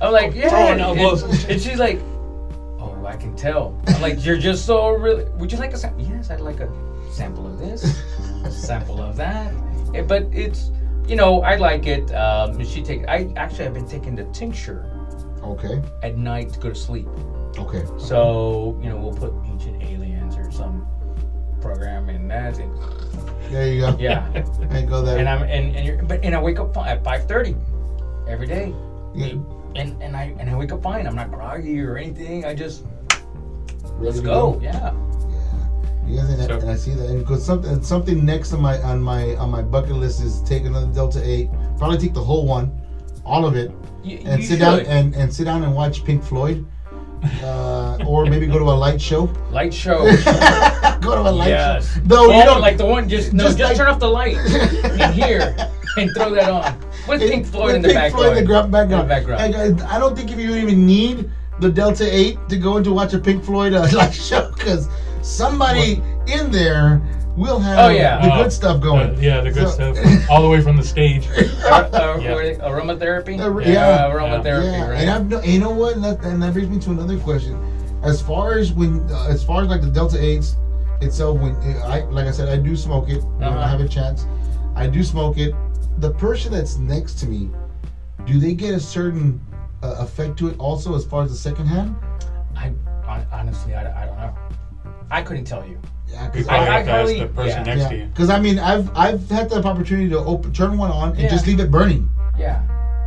S8: I'm like, yeah.
S6: throwing
S8: and-
S6: elbows.
S8: And, and she's like, oh, I can tell. I'm like, you're just so really. Would you like a sample? Yes, I'd like a sample of this, a sample of that. Eh, But it's, you know, I like it. Um, she take. I actually have been taking the tincture
S7: okay.
S8: at night to go to sleep.
S7: Okay.
S8: So you know, we'll put ancient aliens or some program in that. And,
S7: There you go.
S8: yeah,
S7: And go there.
S8: and I'm and, and you're, but and I wake up fi- at five thirty every day,
S7: You-
S8: and and I and I wake up fine. I'm not groggy or anything. I just
S7: ready
S8: let's
S7: to
S8: go. Yeah.
S7: Yeah. You guys, and, I,
S6: So-
S7: and I see that because something something next on my on my on my bucket list is take another Delta Eight. Probably take the whole one, all of it,
S8: You,
S7: and
S8: you
S7: sit down
S8: should.
S7: and, and sit down and watch Pink Floyd, uh, or maybe go to a light show. [LAUGHS]
S8: light show.
S7: Go to a light
S8: yes.
S7: show. No,
S8: Oh,
S7: you don't
S8: like the one just no,
S7: just
S8: just,
S7: like-
S8: turn off the
S7: [LAUGHS]
S8: light in here and throw that on. With
S7: It-
S8: Pink Floyd in the
S7: Pink
S8: background.
S7: Floyd in the gra- background.
S8: In the background.
S7: And, uh, I, don't think if you even need the Delta Eight to go and to watch a Pink Floyd uh, [LAUGHS] live show because somebody in there will have
S8: Oh, yeah.
S7: the
S6: Oh,
S7: good stuff going.
S6: Uh, yeah, the good
S7: So-
S6: stuff. All the way from the stage.
S8: Ar-
S7: [LAUGHS]
S8: ar-
S6: Yeah.
S8: what is it? Uh, Aromatherapy. uh,
S7: Ar- Uh, yeah.
S8: aromatherapy.
S7: yeah,
S8: Right.
S7: and I've no, and you know what, and that, and that brings me to another question. As far as when, uh, as far as like the Delta Eights itself, when uh, I, like I said, I do smoke it. When I
S8: Uh-huh.
S7: have a chance, I do smoke it. The person that's next to me, do they get a certain uh, effect to it also, as far as the second hand?
S8: I hon- honestly, I, I don't know. I couldn't tell you.
S7: Yeah,
S6: You
S7: [LAUGHS] because
S6: probably
S8: I-
S6: have to ask
S8: highly-
S6: the person
S8: yeah.
S6: next to you.
S7: I mean, I've I've had the opportunity to open turn one on and
S8: Yeah.
S7: just leave it burning
S8: Yeah.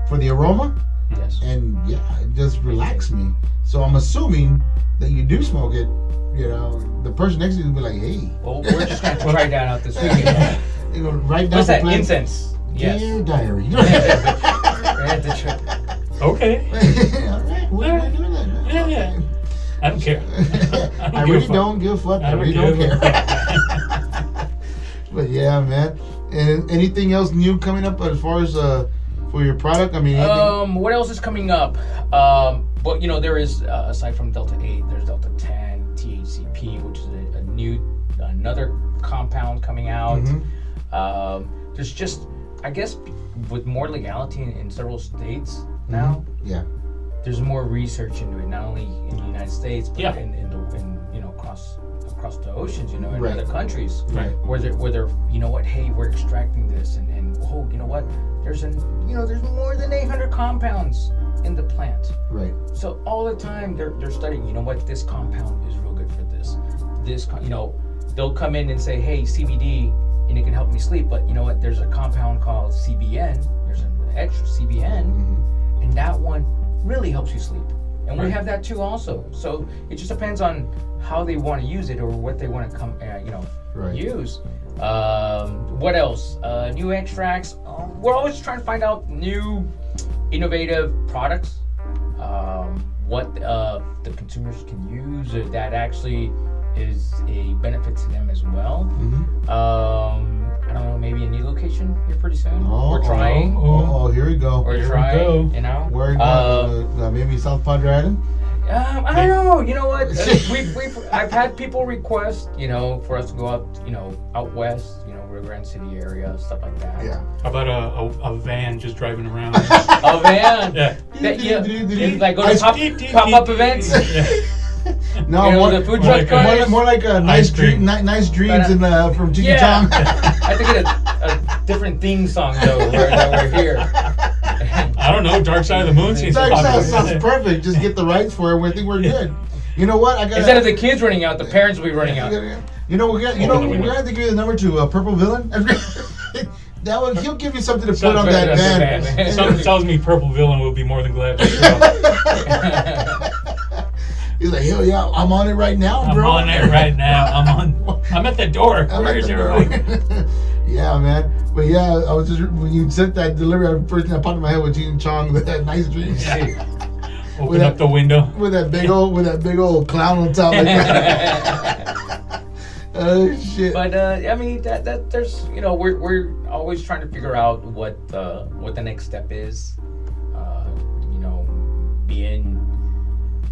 S7: for the aroma.
S8: Yes.
S7: and yeah, it just relaxed me. So I'm assuming that you do smoke it. You know, the person next to you will be like, "Hey,
S8: Well, we're just
S7: [LAUGHS]
S8: gonna have to try that out this weekend.
S7: you know, right down
S8: What's
S7: the
S8: that?
S7: plan-
S8: Incense. Yes.
S7: Dear diary." [LAUGHS]
S8: We're gonna have to try-
S6: Okay.
S7: All right, why am I doing that? man?
S6: [LAUGHS] Yeah, yeah. I don't care.
S7: I,
S6: don't give a
S7: really
S6: fuck.
S7: don't give a fuck. I,
S6: I don't
S7: really don't
S6: give a
S7: care. [LAUGHS] but yeah, man. And anything else new coming up as far as uh for your product? I mean, anything?
S8: Um, what else is coming up? Um, well, you know, there is uh, aside from Delta Eight, there's Delta Ten, THCP, which is a, a new another compound coming out.
S7: Mhm.
S8: Um, there's just, I guess, with more legality in, in several states now,
S7: yeah,
S8: there's more research into it, not only in the United States, but
S6: Yeah.
S8: in, in the in, you know across across the oceans, you know, in
S7: Right.
S8: other countries
S7: right.
S8: where they're where they're you know what hey we're extracting this and and oh you know what there's an you know there's more than 800 compounds in the plant
S7: Right.
S8: so all the time they're they're studying you know what this compound is real good for this this co- you know they'll come in and say hey CBD and it can help me sleep but you know what there's a compound called CBN there's an extra CBN
S7: Mhm.
S8: and that one really helps you sleep and we have that too also so it just depends on how they want to use it or what they want to come uh, you know
S7: Right.
S8: use. Um, what else? Uh, new extracts. Uh, we're always trying to find out new, innovative products. Um, what uh, the consumers can use uh, that actually is a benefit to them as well.
S7: Mhm.
S8: Um, I don't know, maybe a new location here pretty soon. we're trying.
S7: Oh, oh, oh, here we go.
S8: We're
S6: Here we
S8: trying.
S6: go.
S8: You know.
S7: Where it
S8: Uh,
S7: got, uh, uh, maybe South Padre Island.
S8: Um, I don't know. You know
S6: [LAUGHS]
S8: what? Uh, we've, we've, I've had people request, you know, for us to go up, you know, out west, you know, Rio Grande City area, stuff like that.
S6: How about a, a, a van just driving
S7: [LAUGHS]
S6: around?
S8: Oh
S6: [LAUGHS]
S8: man.
S6: yeah.
S8: That, yeah.
S7: It's
S8: Like go to pop, pop up events.
S6: Yeah.
S7: No,
S8: You know,
S7: more,
S8: the food
S7: more,
S6: truck
S7: like,
S6: cars.
S7: more like- more like a nice
S6: Ice
S7: dream,
S6: cream.
S7: ni- nice dreams
S8: But, uh,
S7: in uh, from Jiggy
S8: yeah.
S7: Tom.
S8: [LAUGHS] I have to get a, a different theme song though. Where, that
S7: [LAUGHS]
S8: we're here.
S6: I don't know. Dark Side of the Moon seems
S7: That
S6: popular.
S7: sounds, sounds perfect. Just get the rights for it. We think we're good. You know what? I got.
S8: Instead of the kids running out, the parents will be running out.
S7: You know we got. You know
S6: Open the
S7: we're
S6: window.
S7: gonna have to give you the number to uh, Purple Villain. [LAUGHS] that one, he'll give you something to put
S6: Sounds
S7: on
S6: better
S7: that
S8: than
S7: band.
S8: the band.
S6: Something tells me Purple Villain will be more than glad. to show up.
S7: He's like, hell yeah, I'm on it right now,
S6: I'm
S7: [LAUGHS] bro.
S6: on it right now. I'm on. I'm at the door.
S7: I'm at
S6: Where's
S7: the
S6: everyone?
S7: door. [LAUGHS] yeah, man. But yeah, I was just when you sent that delivery, the first thing that popped in my head was Gene Chong with that nice dream
S8: [LAUGHS]
S7: shit.
S6: Open up the window.
S7: [LAUGHS] with that big old with that big old clown on top. Like
S8: [LAUGHS]
S7: that. oh shit.
S8: But uh, I mean, that, that there's you know we're, we're always trying to figure out what uh, what the next step is. Uh, you know, being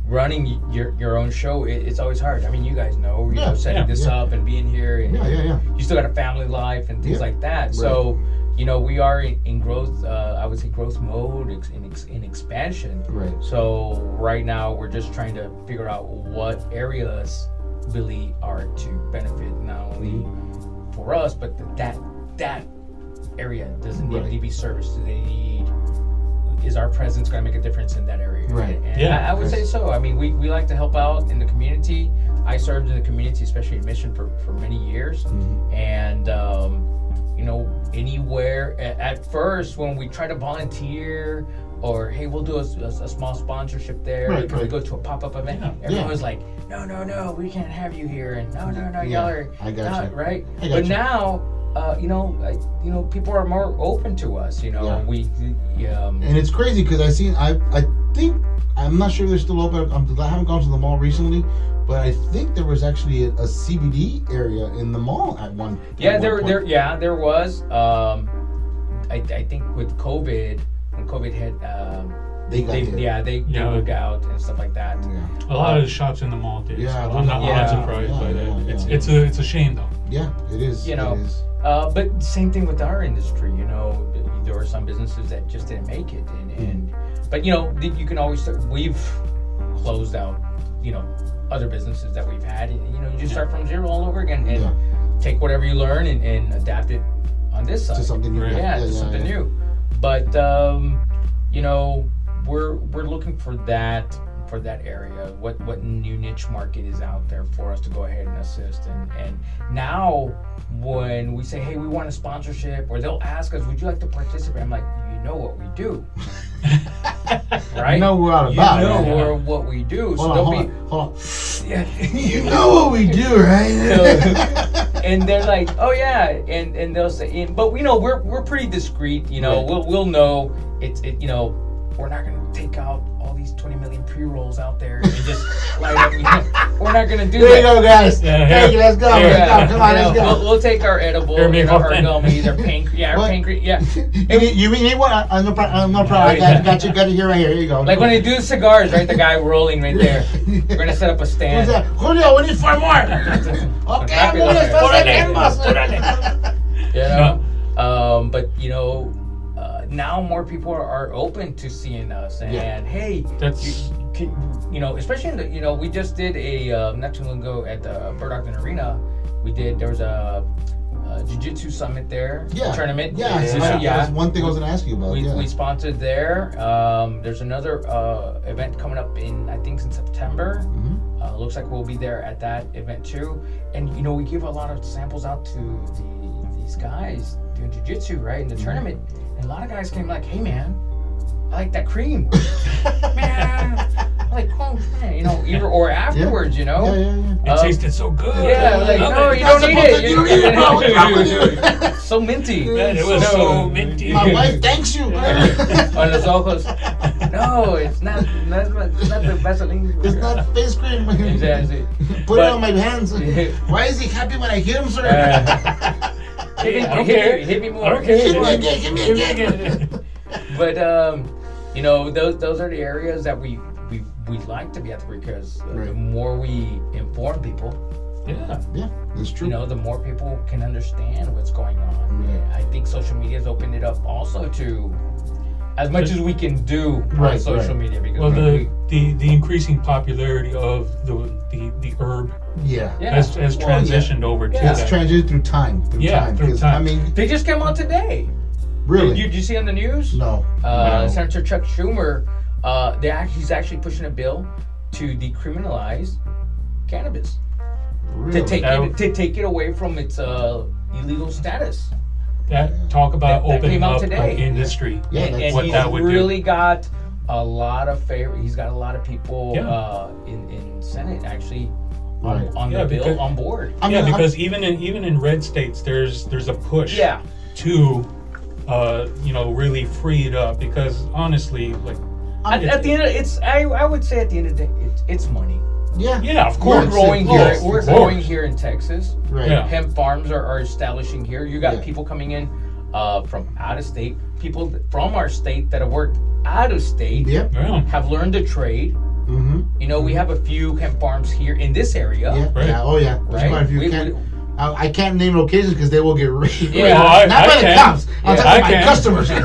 S8: running your your own show, it, it's always hard. I mean, you guys know, you
S7: Yeah,
S8: know, setting
S6: yeah,
S8: this
S7: yeah.
S8: up and being here, and
S7: yeah, yeah, yeah.
S8: you still got a family life and things
S7: Yeah,
S8: like that. So you know, we are in, in growth. Uh, I would say growth mode ex- in ex- in expansion.
S7: Right.
S8: So right now we're just trying to figure out what areas really are to benefit not only
S7: Mm-hmm.
S8: for us, but th- that that area doesn't need
S7: Right.
S8: to be serviced. Do they need is our presence going to make a difference in that area?
S7: Right.
S8: And
S6: Yeah,
S8: I, I would say so. I mean, we, we like to help out in the community. I served in the community, especially in Mission, for, for many years.
S7: Mm-hmm.
S8: And, um, you know, anywhere, at, at first, when we try to volunteer or, hey, we'll do a, a- a small sponsorship there,
S7: Right,
S8: can we
S7: right.
S8: go to a pop up event?
S6: Yeah.
S8: Everyone was like, no, no, no, we can't have you here. And no, no, no,
S7: Yeah,
S8: y'all are
S7: I got
S8: not
S7: you.
S8: right.
S7: I got
S8: but
S7: you.
S8: now, uh, you know, I, you know, people are more open to us. You know,
S7: Yeah.
S8: we, um,
S7: And it's crazy because I seen I I think I'm not sure they're still open. I'm, I haven't gone to the mall recently, but I think there was actually a, a CBD area in the mall at one.
S8: yeah,
S7: at one
S8: there,
S7: point.
S8: there, yeah, there was. Um, I, I think with COVID, when COVID hit, um,
S7: They got
S8: they,
S7: hit.
S8: yeah, they, they
S6: Yeah.
S8: look out and stuff like that.
S7: Yeah.
S6: A lot of the shops in the mall did.
S7: Yeah,
S6: so
S7: those
S6: I'm not,
S8: are-
S6: I'm not
S8: yeah,
S6: surprised by
S7: yeah,
S6: that.
S7: yeah,
S6: it's
S7: yeah.
S6: it's a it's a shame though.
S7: Yeah, it is.
S8: You
S7: it
S8: know,
S7: is.
S8: Uh, but same thing with our industry, you know, there were some businesses that just didn't make it, and,
S7: Hmm.
S8: and but you know, th- you can always start, we've closed out, you know, other businesses that we've had, and you know, you just start from zero all over again, and
S7: Yeah.
S8: take whatever you learn and, and adapt it on this side
S7: to something new.
S6: Right.
S8: yeah, it's something new. But um, you know, we're we're looking for that for that area. What what new niche market is out there for us to go ahead and assist? And and now when we say, hey, we want a sponsorship, or they'll ask us, would you like to participate? I'm like, you know what we
S7: [LAUGHS]
S8: do, right?
S7: I know we're out
S8: you
S7: about.
S8: know
S7: right?
S8: we're- what we do.
S7: Hold
S8: so
S7: on,
S8: don't
S7: hold
S8: be.
S7: on, hold on.
S8: [LAUGHS] Yeah.
S7: You know what we do,
S8: [LAUGHS]
S7: right?
S8: and they're like, "Oh yeah," and and they'll say, and, "But we know we're we're pretty discreet, you know.
S7: Right.
S8: We'll we'll know it's it, you know, we're not gonna take out all these twenty million pre rolls out there and just [LAUGHS] light up. You know? We're not gonna do
S7: there you
S8: that."
S7: go, guys.
S6: Yeah,
S7: Thank you.
S6: yeah.
S7: Let's go. Let's
S8: Yeah,
S7: go. Come on,
S8: you know,
S7: let's go.
S8: We'll, we'll take our edible,
S6: Here,
S8: you
S6: big
S8: know, our
S6: old thing.
S8: gummies, our pancreas, yeah, our
S7: What?
S8: pancreas, yeah.
S7: You mean you mean you want? I- I'm no problem. I'm no problem. I got, got you. Got it here, right here. Here you go.
S8: Like when they do cigars, right? The guy rolling right there. We're gonna set up a
S7: Who's
S8: stand.
S7: that? Julio, we need four more. okay,
S8: Rápido,
S7: muy
S8: órale,
S7: fácil.
S8: you know um, but you know uh, now more people are, are open to seeing us and,
S7: Yeah.
S8: hey
S6: [LAUGHS] That's-
S8: you, can, you know especially in the, you know we just did a uh, not too long ago at the Burdockton Arena we did there was a, uh jiu-jitsu summit there
S7: [LAUGHS] Yeah.
S8: tournament
S7: Yeah,
S8: Jiu-jitsu,
S7: yeah.
S8: yeah.
S7: That's one thing I was gonna ask you about.
S8: We,
S7: yeah. [LAUGHS]
S8: we sponsored there. Um, there's another uh, event coming up in I think in September.
S7: Mm-hmm.
S8: Uh, looks like we'll be there at that event too. And you know we give a lot of samples out to the, these guys doing jujitsu right in the
S7: Mm-hmm.
S8: tournament. And a lot of guys came like, hey man, I like that cream. man, I like oh man, you know either or afterwards, you
S7: yeah,
S8: know.
S7: yeah, yeah.
S6: It
S8: Um,
S6: tasted so good.
S8: Yeah, like
S6: Love
S8: no,
S6: it.
S8: you don't
S7: That's
S8: need
S7: supposed
S8: it.
S7: to- you don't need it, bro. What's wrong with you?
S8: so minty.
S6: Man, it was
S8: No.
S6: so minty. [LAUGHS]
S8: [LAUGHS]
S7: My wife thanks you.
S8: on los ojos. [LAUGHS]
S7: [LAUGHS]
S8: No, it's not. That's not, it's not the Vaseline.
S7: it's not face cream.
S8: Exactly.
S7: [LAUGHS] Put it
S8: But-
S7: on my hands. Why is he happy when I hit him, sir? [LAUGHS]
S8: Hit me-
S6: I don't
S8: hit me-
S6: care.
S8: hit me more.
S6: I don't care.
S7: Hit me again, hit me again.
S8: But um, you know, those those are the areas that we we, we like to be at because uh, the
S7: Right.
S8: more we inform people,
S6: Yeah.
S7: [LAUGHS] yeah, that's true.
S8: you know, the more people can understand what's going on.
S7: Right.
S8: I think social media has opened it up also to as much as we can do on
S7: Right,
S8: social
S7: right.
S8: media because
S6: Well,
S8: we-
S6: the, the the increasing popularity of the the, the herb
S7: yeah.
S8: yeah.
S6: has, has
S7: Well, yeah.
S6: transitioned over to
S8: Yeah.
S7: It's
S6: that.
S7: transited through time. Through
S6: Yeah,
S7: time.
S6: through
S7: 'cause,
S6: time.
S7: I mean,
S8: they just came out today.
S7: really?
S8: Did you, did you see on the news?
S7: no.
S8: Uh,
S7: No.
S8: Senator Chuck Schumer, uh, they act, he's actually pushing a bill to decriminalize cannabis
S7: Really?
S8: to take
S6: Now-
S8: it, to take it away from its uh, illegal status.
S6: that talk about
S8: That- that
S6: opening
S8: came out
S6: up
S8: today.
S6: an industry.
S7: Yeah,
S8: and
S7: that's-
S8: and
S6: What
S8: he's
S6: that would do.
S8: really got a lot of favor. He's got a lot of people
S6: Yeah.
S8: uh, in in Senate actually
S7: Right.
S8: on
S6: Yeah,
S8: the bill
S6: because-
S8: on board.
S7: I mean,
S6: yeah,
S7: I-
S6: because even in even in red states, there's there's a push
S8: Yeah.
S6: to uh, you know really free it up because honestly, like
S8: At,
S6: it's-
S8: at the end, of, it's I, I would say at the end of the day, it's, it's money.
S7: yeah.
S6: yeah, of
S8: We're
S6: course,
S8: growing
S6: of
S8: here.
S6: course,
S8: we're
S6: of course.
S8: growing here in Texas.
S7: Right.
S6: Yeah.
S8: hemp farms are, are establishing here. You got
S7: Yeah.
S8: people coming in uh, from out of state, people th- from our state that have worked out of state,
S7: Yep.
S6: Yeah.
S8: have learned the trade.
S7: Mm-hmm.
S8: You know, we have a few hemp farms here in this area.
S7: Yeah,
S6: Right.
S7: yeah, oh yeah. There's
S8: Right?
S7: quite a few.
S8: We-
S7: can't,
S8: we-
S7: I, I can't name locations because they will get [LAUGHS] raided.
S8: Yeah.
S6: Well, I,
S7: Not
S6: I
S7: by the
S6: can.
S7: cops. I'm
S8: Yeah,
S7: talking
S6: I
S7: about
S6: can.
S7: customers.
S6: and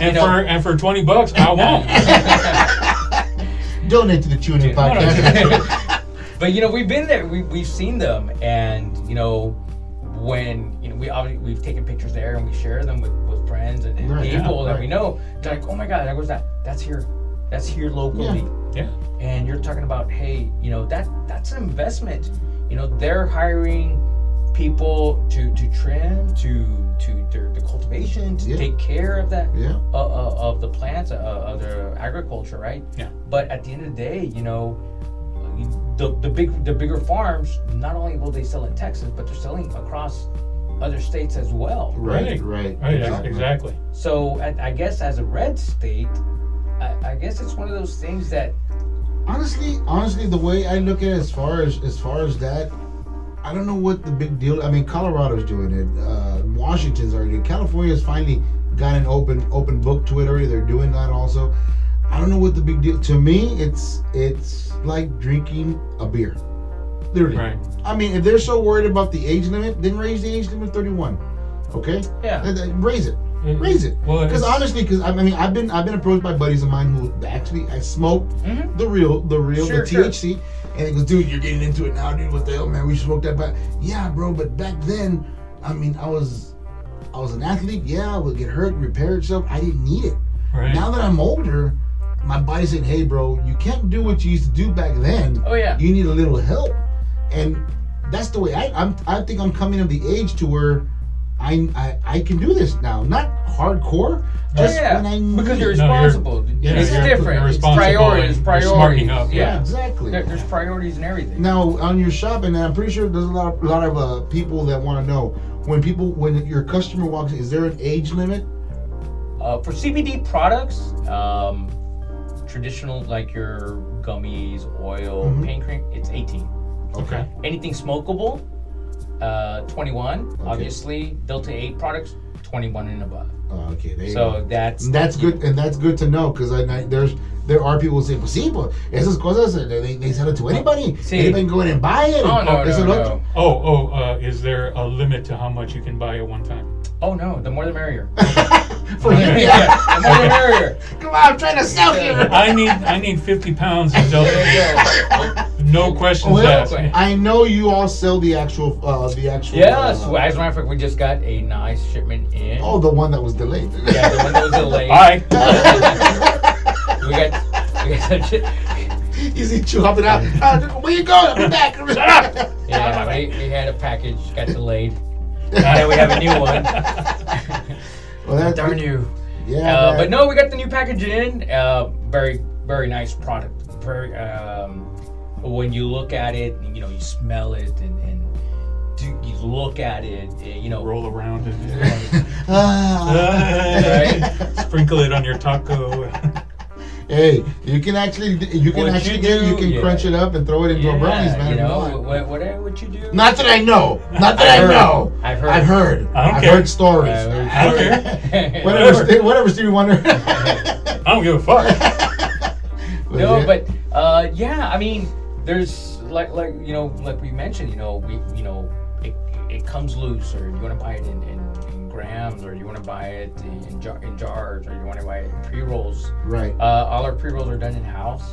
S8: you know.
S6: for and for twenty bucks, I
S8: [LAUGHS]
S6: won't.
S7: Donate to the Tuning podcast.
S8: but you know, we've been there. We, we've seen them, and you know, when you know we obviously we've taken pictures there and we share them with, with friends and, and
S7: Right, yeah,
S8: people that we
S7: right.
S8: know. They're like, oh my god, that was that. That's here. That's here locally.
S6: Yeah.
S8: And you're talking about, hey, you know that that's an investment. You know they're hiring people to to trim to to their, the cultivation to
S7: Yeah.
S8: take care of that
S7: [LAUGHS] Yeah.
S8: uh, uh, of the plants uh, of the agriculture, right?
S6: Yeah.
S8: But at the end of the day, you know, the, the big the bigger farms not only will they sell in Texas, but they're selling across other states as well.
S7: Right, right,
S6: Right. Exactly. exactly.
S8: So I, I guess as a red state, I, I guess it's one of those things that
S7: Honestly, honestly, the way I look at it, as far as as far as that, I don't know what the big deal. I mean, Colorado's doing it. Uh, Washington's already. California's finally got an open open book to it already. They're doing that also. I don't know what the big deal. To me, it's it's like drinking a beer, literally.
S6: Right.
S7: I mean, if they're so worried about the age limit, then raise the age limit to 31. Okay.
S8: Yeah.
S7: Th- th- Raise it.
S6: It-
S7: Raise it.
S6: well,
S7: Because
S6: it's-
S7: honestly, because I mean, I've been I've been approached by buddies of mine who actually I smoked the real the real
S8: Mm-hmm. Sure,
S7: the
S8: sure.
S7: THC, and it goes, dude, you're getting into it now, dude. What the hell, man? We smoked that, but yeah, bro. But back then, I mean, I was I was an athlete. Yeah, I would get hurt, repair itself. I didn't need it.
S6: Right.
S7: Now that I'm older, my body's saying, hey, bro, you can't do what you used to do back then.
S8: Oh, yeah.
S7: You need a little help. And that's the way I I'm, I think I'm coming of the age to where I, I, I can do this now. Not hardcore, just
S8: Oh, yeah,
S7: when I need
S8: because you're
S7: it.
S6: No, you're-
S8: responsible.
S7: yeah,
S8: it's
S7: you're-
S8: different.
S7: you're
S8: it's
S6: responsible
S8: priorities.
S6: and you're
S8: Priorities.
S6: smarting up,
S7: Yeah,
S8: yeah.
S7: exactly.
S8: There- there's priorities in everything.
S7: Now on your shop, and I'm pretty sure there's a lot of, lot of uh, people that want to know when people when your customer walks, in, is there an age limit?
S8: Uh, for CBD products, um, traditional like your gummies, oil,
S7: Mm-hmm.
S8: pain cream, it's 18.
S6: Okay.
S8: Anything smokable, uh, 21. Obviously, Delta 8 products, 21 and above.
S7: Oh, okay, there you go.
S8: So that's
S7: And that's good, and that's good to know because I, I there's there are people who say, "Pues sí, pues esas cosas eh, they, they sell it to anybody.
S8: Oh, Sí.
S7: Anybody can go in and buy it."
S8: Oh
S7: and,
S8: no,
S7: it's
S8: no,
S7: an
S8: no.
S7: option."
S6: Oh, oh. Uh, is there a limit to how much you can buy at one time?
S8: Oh no, the more
S7: [LAUGHS]
S8: the merrier.
S7: For you, yeah.
S8: the more the merrier.
S7: Come on, I'm trying to sell here.
S8: [LAUGHS]
S6: I need I need 50 pounds of Delta.
S8: Yeah.
S7: [LAUGHS]
S6: No questions
S7: Well,
S6: asked.
S8: okay.
S7: I know you all sell the actual, uh, the actual.
S8: Yes,
S7: uh,
S8: well, as a matter of fact, we just got a nice shipment in.
S7: oh, the one that was delayed.
S8: [LAUGHS] Yeah,
S7: [LAUGHS]
S8: the one that was delayed.
S6: Bye.
S8: We got, we got
S7: [LAUGHS] you see, chew hopping out. Uh, where you going? I'm
S8: [LAUGHS]
S7: back.
S8: Yeah, we, we had a package, got delayed. now we have a new one.
S7: [LAUGHS] Well, that's
S8: [LAUGHS] Darn you.
S7: Yeah,
S8: Uh,
S7: man.
S8: but no, we got the new package in. Uh, very, very nice product. Very, um, when you look at it, you know, you smell it and, and do, you look at it, uh, you know,
S6: Roll around and
S7: Ah.
S8: [LAUGHS]
S6: [LAUGHS]
S8: right?
S6: sprinkle it on your taco. [LAUGHS]
S7: hey, you can actually, you can
S8: What
S7: actually
S8: you
S7: get, it, you
S8: do,
S7: can
S8: yeah.
S7: crunch it up and throw it into a brownies, man.
S8: you
S7: if you
S8: know,
S7: want.
S8: what, what, what you do?
S7: Not that I know. Not that
S8: I've
S7: I
S8: heard.
S7: know.
S8: I've heard.
S7: I've heard.
S6: I don't
S7: I've
S6: care.
S7: heard stories.
S8: Uh,
S6: I don't
S8: [LAUGHS]
S6: care.
S7: whatever,
S6: Whatever.
S7: Steve- whatever, Stevie Wonder.
S6: I don't give a fuck.
S8: No, but uh, yeah, I mean, there's like like you know, like we mentioned, you know, we you know, it, it comes loose, or you want to buy it in, in, in grams, or you want to buy it in, in, jar, in jars, or you want to buy it in pre rolls.
S7: right.
S8: Uh, all our pre rolls are done in house,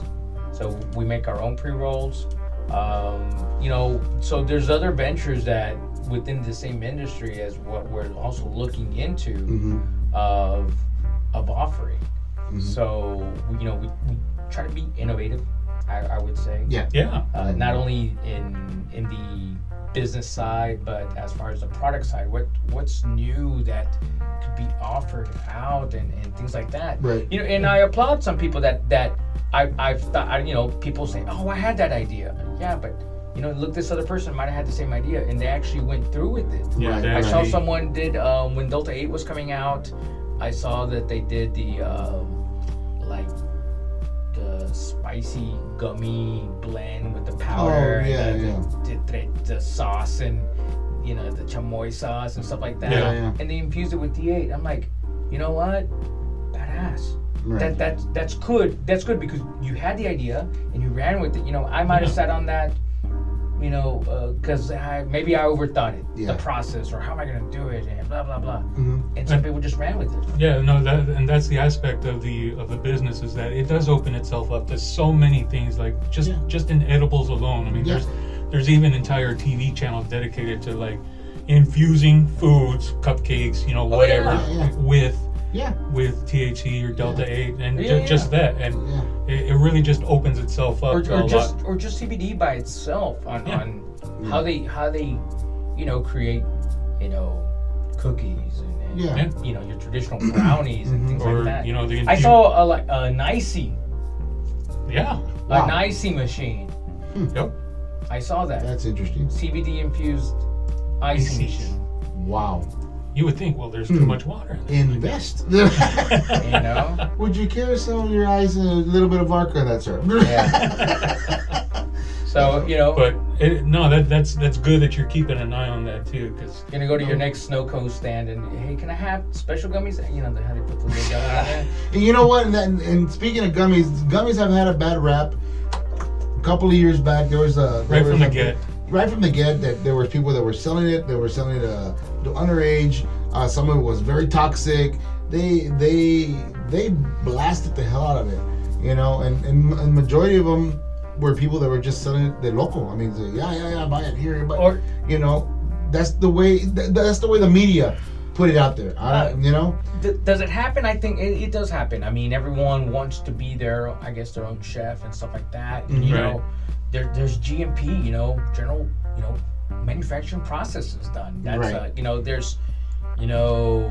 S8: so we make our own pre rolls. Um, you know, so there's other ventures that within the same industry as what we're also looking into
S7: Mm-hmm.
S8: of of offering. So we- you know, we, we try to be innovative. I, I would say,
S7: Yeah.
S6: Yeah.
S8: uh, not only in in the business side, but as far as the product side, what what's new that could be offered out and, and things like that.
S7: Right.
S8: You know, and I applaud some people that that I I've thought I, you know people say, oh, I had that idea. Yeah, but you know, look, this other person might have had the same idea, and they actually went through with it.
S6: Yeah,
S7: Right.
S6: they
S8: I saw
S6: actually-
S8: someone did um, when Delta Eight was coming out. I saw that they did the um, like the spicy gummy blend with the powder
S7: Oh, yeah,
S8: and the,
S7: yeah.
S8: The, the, the sauce and you know the chamoy sauce and stuff like that.
S6: Yeah,
S7: yeah.
S8: And they infused it with D8. I'm like, you know what? Badass.
S7: Right.
S8: That that's that's good. That's good because you had the idea and you ran with it. You know, I might have sat on that you know, because I maybe I overthought it,
S7: Yeah.
S8: the process, or how am I going to do it, and blah blah blah. And some people just ran with it.
S6: Yeah, no, that and that's the aspect of the of the business is that it does open itself up to so many things. Like just just in edibles alone, I mean,
S7: Yeah.
S6: there's there's even entire TV channels dedicated to like, infusing foods, cupcakes, you know,
S8: Oh,
S6: whatever,
S7: yeah, yeah.
S6: with
S7: Yeah.
S6: with THC or Delta Eight, and
S8: Yeah,
S6: ju- just that, and
S7: Yeah.
S6: it, it really just opens itself up
S8: or,
S6: to a
S8: or just
S6: lot.
S8: or just CBD by itself on,
S6: Yeah.
S8: on how they how they you know create you know cookies and, and
S7: Yeah.
S6: Yeah.
S8: you know your traditional brownies and things
S6: Or
S8: like that.
S6: you know, the
S8: I saw a like a Nicey
S6: yeah,
S7: Wow.
S8: E, a Nicey E machine.
S6: yep,
S8: I saw that
S7: That's interesting.
S8: CBD infused icy
S6: Icy.
S8: machine.
S7: Wow.
S6: you would think, well, there's
S8: Hmm.
S6: too much water in there.
S7: Invest. [LAUGHS]
S8: You
S6: [LAUGHS]
S8: know,
S7: Would you care to sell your eyes and a little bit of vodka, that sir?
S8: yeah. so you know,
S6: But it, no, that that's that's good that you're keeping an eye on that too, because
S8: You're gonna go to your next snow cone stand and hey, can I have special gummies? You know, they how they put the little gummies in there.
S7: And you know what? And, then, and speaking of gummies, gummies have had a bad rap. A couple of years back, there was a there
S6: Right
S7: was
S6: from the
S7: a-
S6: get.
S7: Right from the get, that there were people that were selling it. They were selling it uh, to underage. Uh, some of it was very toxic. They they they blasted the hell out of it, you know. And and, and majority of them were people that were just selling it. They're local. I mean, they, yeah, yeah, yeah, buy it here, but
S8: Or-
S7: you know, that's the way. That, that's the way the media put it out there. I, you know.
S8: D- does it happen? I think it, it does happen. I mean, everyone wants to be their, I guess, their own chef and stuff like that. You
S7: Mm-hmm.
S6: Right.
S8: know, there, there's GMP. You know, general, you know, manufacturing process is done. That's
S7: Right.
S8: uh, you know, there's, you know,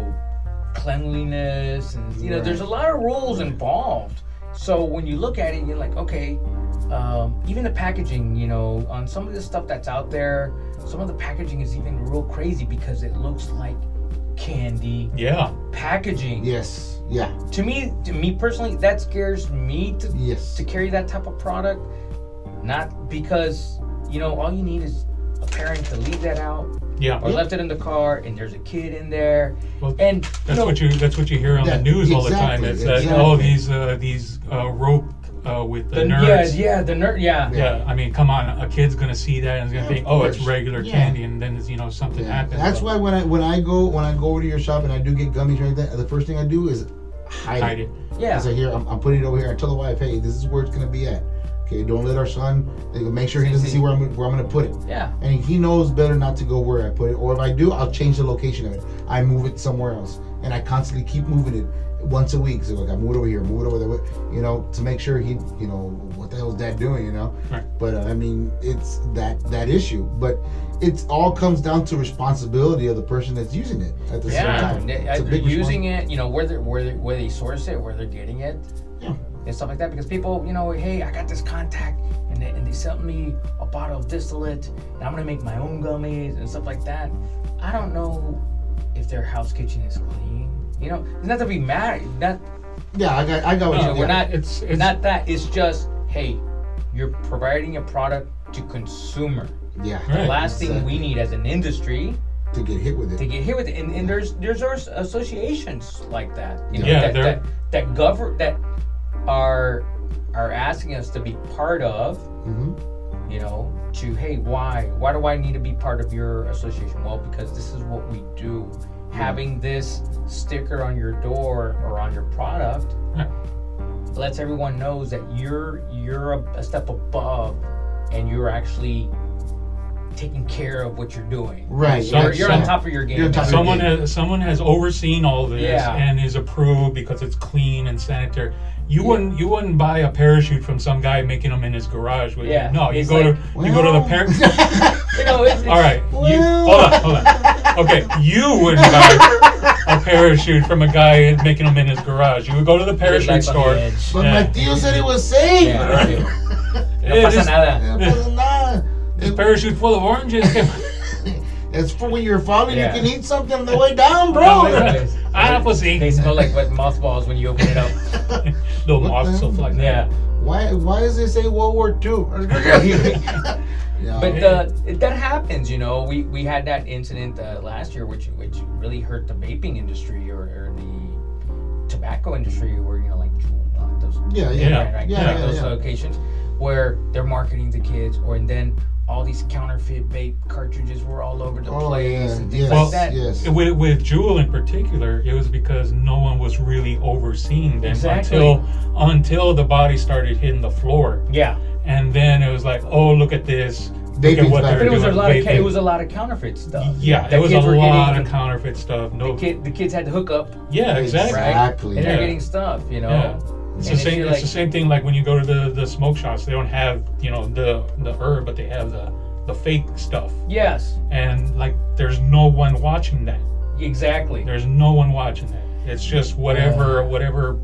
S8: cleanliness and you know, there's a
S7: Right.
S8: lot of rules involved. So when you look at it, you're like, okay, um, even the packaging. You know, on some of the stuff that's out there, some of the packaging is even real crazy because it looks like candy
S6: yeah,
S8: packaging
S7: Yes. Yeah.
S8: to me to me personally that scares me to,
S7: Yes.
S8: to carry that type of product not because you know all you need is a parent to leave that out
S6: yeah,
S8: or left it in the car and there's a kid in there
S6: Well,
S8: and you
S6: That's
S8: know,
S6: what you. That's what you hear on
S7: Yeah,
S6: the news all the time.
S7: exactly,
S6: It's that oh
S7: exactly.
S6: these uh, these uh, rope uh, with the,
S8: the,
S6: nerds.
S8: yeah yeah the nerd yeah,
S6: Yeah, I mean, come on, a kid's gonna see that and is gonna
S7: Yeah,
S6: think,
S7: of
S6: oh, it's
S7: course.
S6: regular
S7: Yeah.
S6: candy, and then you know something
S7: Yeah,
S6: happens.
S7: That's
S6: So,
S7: why when I when I go when I go over to your shop and I do get gummies or anything, the first thing I do is hide,
S6: hide
S7: it.
S6: it.
S8: yeah.
S7: As I here, I'm, I'm putting it over here. I tell the wife, hey, this is where it's gonna be at. Okay, don't let our son. They go, make sure he doesn't see where I'm where I'm gonna put it.
S8: Yeah.
S7: And he knows better not to go where I put it, or if I do, I'll change the location of it. I move it somewhere else, and I constantly keep moving it once a week. So like, I move it over here, move it over there, you know, to make sure he, you know, what the hell's dad doing, you know?
S6: Right.
S7: But uh, I mean, it's that that issue, but it's all comes down to responsibility of the person that's using it at the
S8: Yeah,
S7: same time.
S8: and they-
S7: It's a
S8: uh,
S7: big
S8: using it, you know, where they where they, where they source it, where they're getting it,
S7: Yeah.
S8: and stuff like that. Because people, you know, hey, I got this contact, and they, and they sent me a bottle of distillate, and I'm gonna make my own gummies and stuff like that. I don't know if their house kitchen is clean. You know, it's not to be mad. Not
S7: Yeah, I got I got what
S8: you know,
S7: you
S8: we're
S7: got.
S8: not.
S6: It's-
S8: It's,
S6: it's-
S8: not that. It's just hey, you're providing a product to consumer.
S7: yeah
S8: The
S6: Right.
S8: last thing
S7: exactly.
S8: we need as an industry
S7: to get hit with
S8: to
S7: it.
S8: get hit with it. And, and there's there's also associations like that, you know,
S6: Yeah,
S8: that,
S6: there-
S8: that that govern that are are asking us to be part of,
S7: hmm
S8: you know, to hey, why why do I need to be part of your association? Well, because this is what we do. Having this sticker on your door or on your
S7: [LAUGHS]
S8: product
S6: Right.
S8: lets everyone knows that you're you're a, a step above, and you're actually taking care of what you're doing.
S7: Right.
S8: So you're,
S7: yeah,
S8: you're on
S7: so-
S8: top of your game.
S7: You're on top of your
S6: Someone
S7: game.
S6: has someone has overseen all this
S8: Yeah.
S6: and is approved because it's clean and sanitary. You wouldn't you wouldn't buy a parachute from some guy making them in his garage, would
S8: Yeah,
S6: you? No, you
S8: it's
S6: go to you go to the
S7: well-
S6: parent.
S8: You know, it's,
S6: [LAUGHS] All right.
S8: [LAUGHS]
S6: You, hold on, hold on. Okay, you wouldn't buy a parachute from a guy making them in his garage. You would go to the parachute store.
S7: [LAUGHS] But
S6: Yeah.
S7: my tío said it was safe.
S8: No
S6: Eh,
S8: pasa
S6: this-
S8: nada.
S7: Yeah, but nah,
S6: this parachute full of oranges.
S8: [LAUGHS]
S7: It's for when you're falling,
S8: Yeah.
S7: you can eat something on the way
S6: [LAUGHS]
S7: down, bro.
S6: Ah, pussy.
S8: They smell like wet mothballs when you open it up.
S7: [LAUGHS]
S6: Little moths will fly.
S8: Yeah.
S7: Why? Why does it say World War II? yeah.
S8: But uh, it- that happens, you know. We we had that incident uh, last year, which which really hurt the vaping industry or, or the tobacco industry, where you know like Juul, uh, those
S7: yeah, yeah,
S6: Yeah.
S7: yeah,
S8: right?
S7: yeah,
S8: like those
S7: yeah.
S8: locations where they're marketing to kids, or and then all these counterfeit vape cartridges were all over the
S7: Oh
S8: place
S7: yeah,
S8: and things
S7: yes,
S8: like that.
S7: yes.
S6: With, with Jewel in particular, it was because no one was really overseeing them
S8: Exactly.
S6: until until the body started hitting the floor,
S8: Yeah.
S6: and then it was like, oh, look at this. Look at
S7: Vaping's
S6: what
S7: back.
S6: they're
S7: But
S8: But it was a
S6: doing.
S8: lot of ca-
S6: Vaping.
S8: it was a lot of counterfeit stuff.
S6: Yeah,
S8: That
S6: it was a
S8: kids were
S6: lot
S8: getting-
S6: of counterfeit stuff. No,
S8: The kid, the kids had to hook up,
S6: yeah, exactly.
S8: right?
S7: Exactly.
S8: And they're
S6: Yeah.
S8: getting stuff, you know.
S6: Yeah. It's the
S8: And if
S6: same.
S8: you're
S6: It's
S8: like-
S6: the same thing. Like when you go to the, the smoke shops, they don't have you know the the herb, but they have the the fake stuff.
S8: Yes,
S6: And like, there's no one watching that.
S8: exactly.
S6: There's no one watching that. It's just whatever
S8: [LAUGHS]
S6: whatever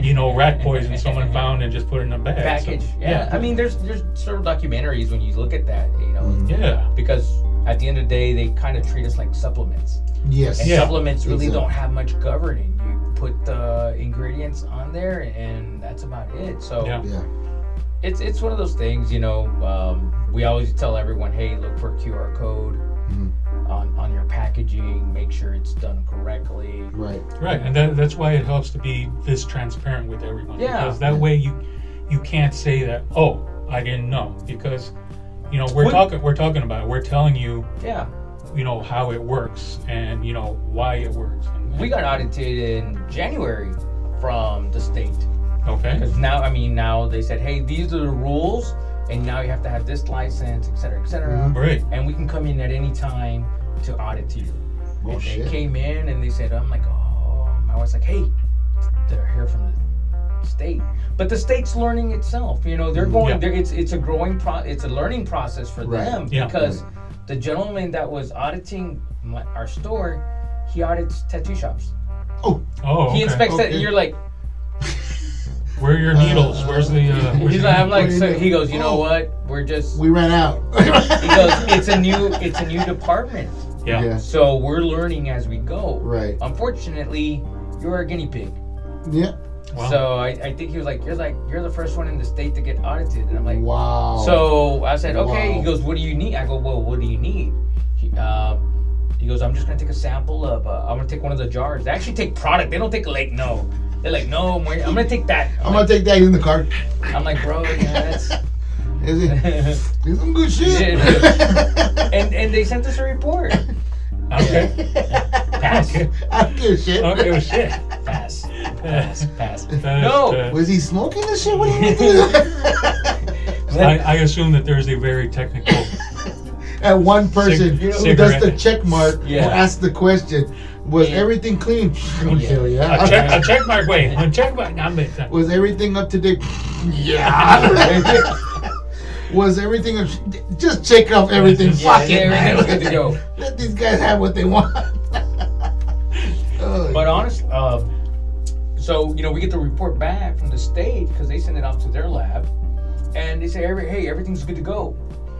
S6: you know rat poison someone found and just put it in a bag. So,
S8: Package. yeah. I mean, there's there's several documentaries when you look at that, you know,
S6: yeah.
S8: because at the end of the day, they kind of treat us like supplements.
S7: Yes.
S8: And
S6: Yeah.
S8: supplements really
S7: Exactly.
S8: don't have much governing. You put the ingredients on there, and that's about it. So
S6: Yeah.
S7: Yeah.
S8: it's it's one of those things, you know. Um, we always tell everyone, hey, look for a QR code on on your packaging. Make sure it's done correctly.
S7: Right.
S6: Right, and that, that's why it helps to be this transparent with everyone.
S8: Yeah.
S6: Because that way you you can't say that, oh, I didn't know. Because you know, we're
S8: What-
S6: talking we're talking about it. We're telling you,
S8: Yeah,
S6: you know, how it works and you know why it works. And-
S8: we got audited in January from the state.
S6: Okay.
S8: Because now, I mean, now they said, hey, these are the rules, and now you have to have this license, et cetera, et cetera.
S7: Mm-hmm.
S6: Right.
S8: And we can come in at any time to audit you.
S7: Oh,
S8: and
S7: shit.
S8: they came in and they said, I'm like, oh, I was like, hey, they're here from the state. But the state's learning itself. You know, they're going,
S6: Yeah.
S8: they're, it's it's a growing pro, it's a learning process for
S7: Mm-hmm. Right.
S8: them
S6: Yeah.
S8: because the gentleman that was auditing my, our store, he audits tattoo shops.
S7: Oh,
S6: Oh okay.
S8: He inspects that.
S7: Okay.
S8: You're like,
S6: Where are your needles? Where's the uh where's
S8: He's
S6: the-
S8: like, I'm like,
S7: What do you
S8: so
S7: do?
S8: he goes, you know
S7: Oh.
S8: what? We're just.
S7: we ran out. [LAUGHS]
S8: He goes, it's a new, it's a new department.
S6: Yeah.
S7: Yeah.
S8: So we're learning as we go.
S7: Right.
S8: Unfortunately, you're a guinea pig.
S7: Yeah.
S6: Wow.
S8: So I, I think he was like, you're like, you're the first one in the state to get audited, and I'm like,
S7: Wow.
S8: So I said, okay. He
S7: Wow.
S8: goes, what do you need? I go, well, what do you need? He, uh, he goes, I'm just gonna take a sample of. Uh, I'm gonna take one of the jars. They actually take product. They don't take like no. They're like no. I'm, wearing- I'm gonna take that.
S7: I'm gonna take that in the cart.
S8: I'm like bro. Yeah,
S7: [LAUGHS] Is
S8: [LAUGHS]
S7: it?
S8: that's.
S7: Is some good shit.
S8: [LAUGHS]
S7: [LAUGHS]
S8: and and they sent us a report.
S6: Okay.
S8: Pass,
S7: I don't give a shit.
S6: Okay, well,
S8: [LAUGHS]
S6: shit. [LAUGHS]
S8: pass, pass, pass.
S6: That-
S8: No.
S6: that-
S7: Was he smoking this shit? What did he [LAUGHS] do?
S6: I, I assume that there's a very technical
S7: and one
S6: Cig-
S7: person who does the
S6: cigarette.
S7: check mark
S8: Yeah.
S7: will ask the question, was everything clean?
S8: Yeah.
S7: Hell yeah.
S6: a check a check mark way. A check mark I'm a-
S7: Was everything up to date? [LAUGHS] yeah. was everything up, just check off everything.
S8: Yeah,
S7: Fuck it,
S8: yeah, [LAUGHS]
S7: man.
S8: everything's good to go.
S7: Let these guys have what they want. [LAUGHS] Oh,
S8: But honestly, uh, so you know, we get the report back from the state because they send it off to their lab, and they say, "Every- "Hey, everything's good to go."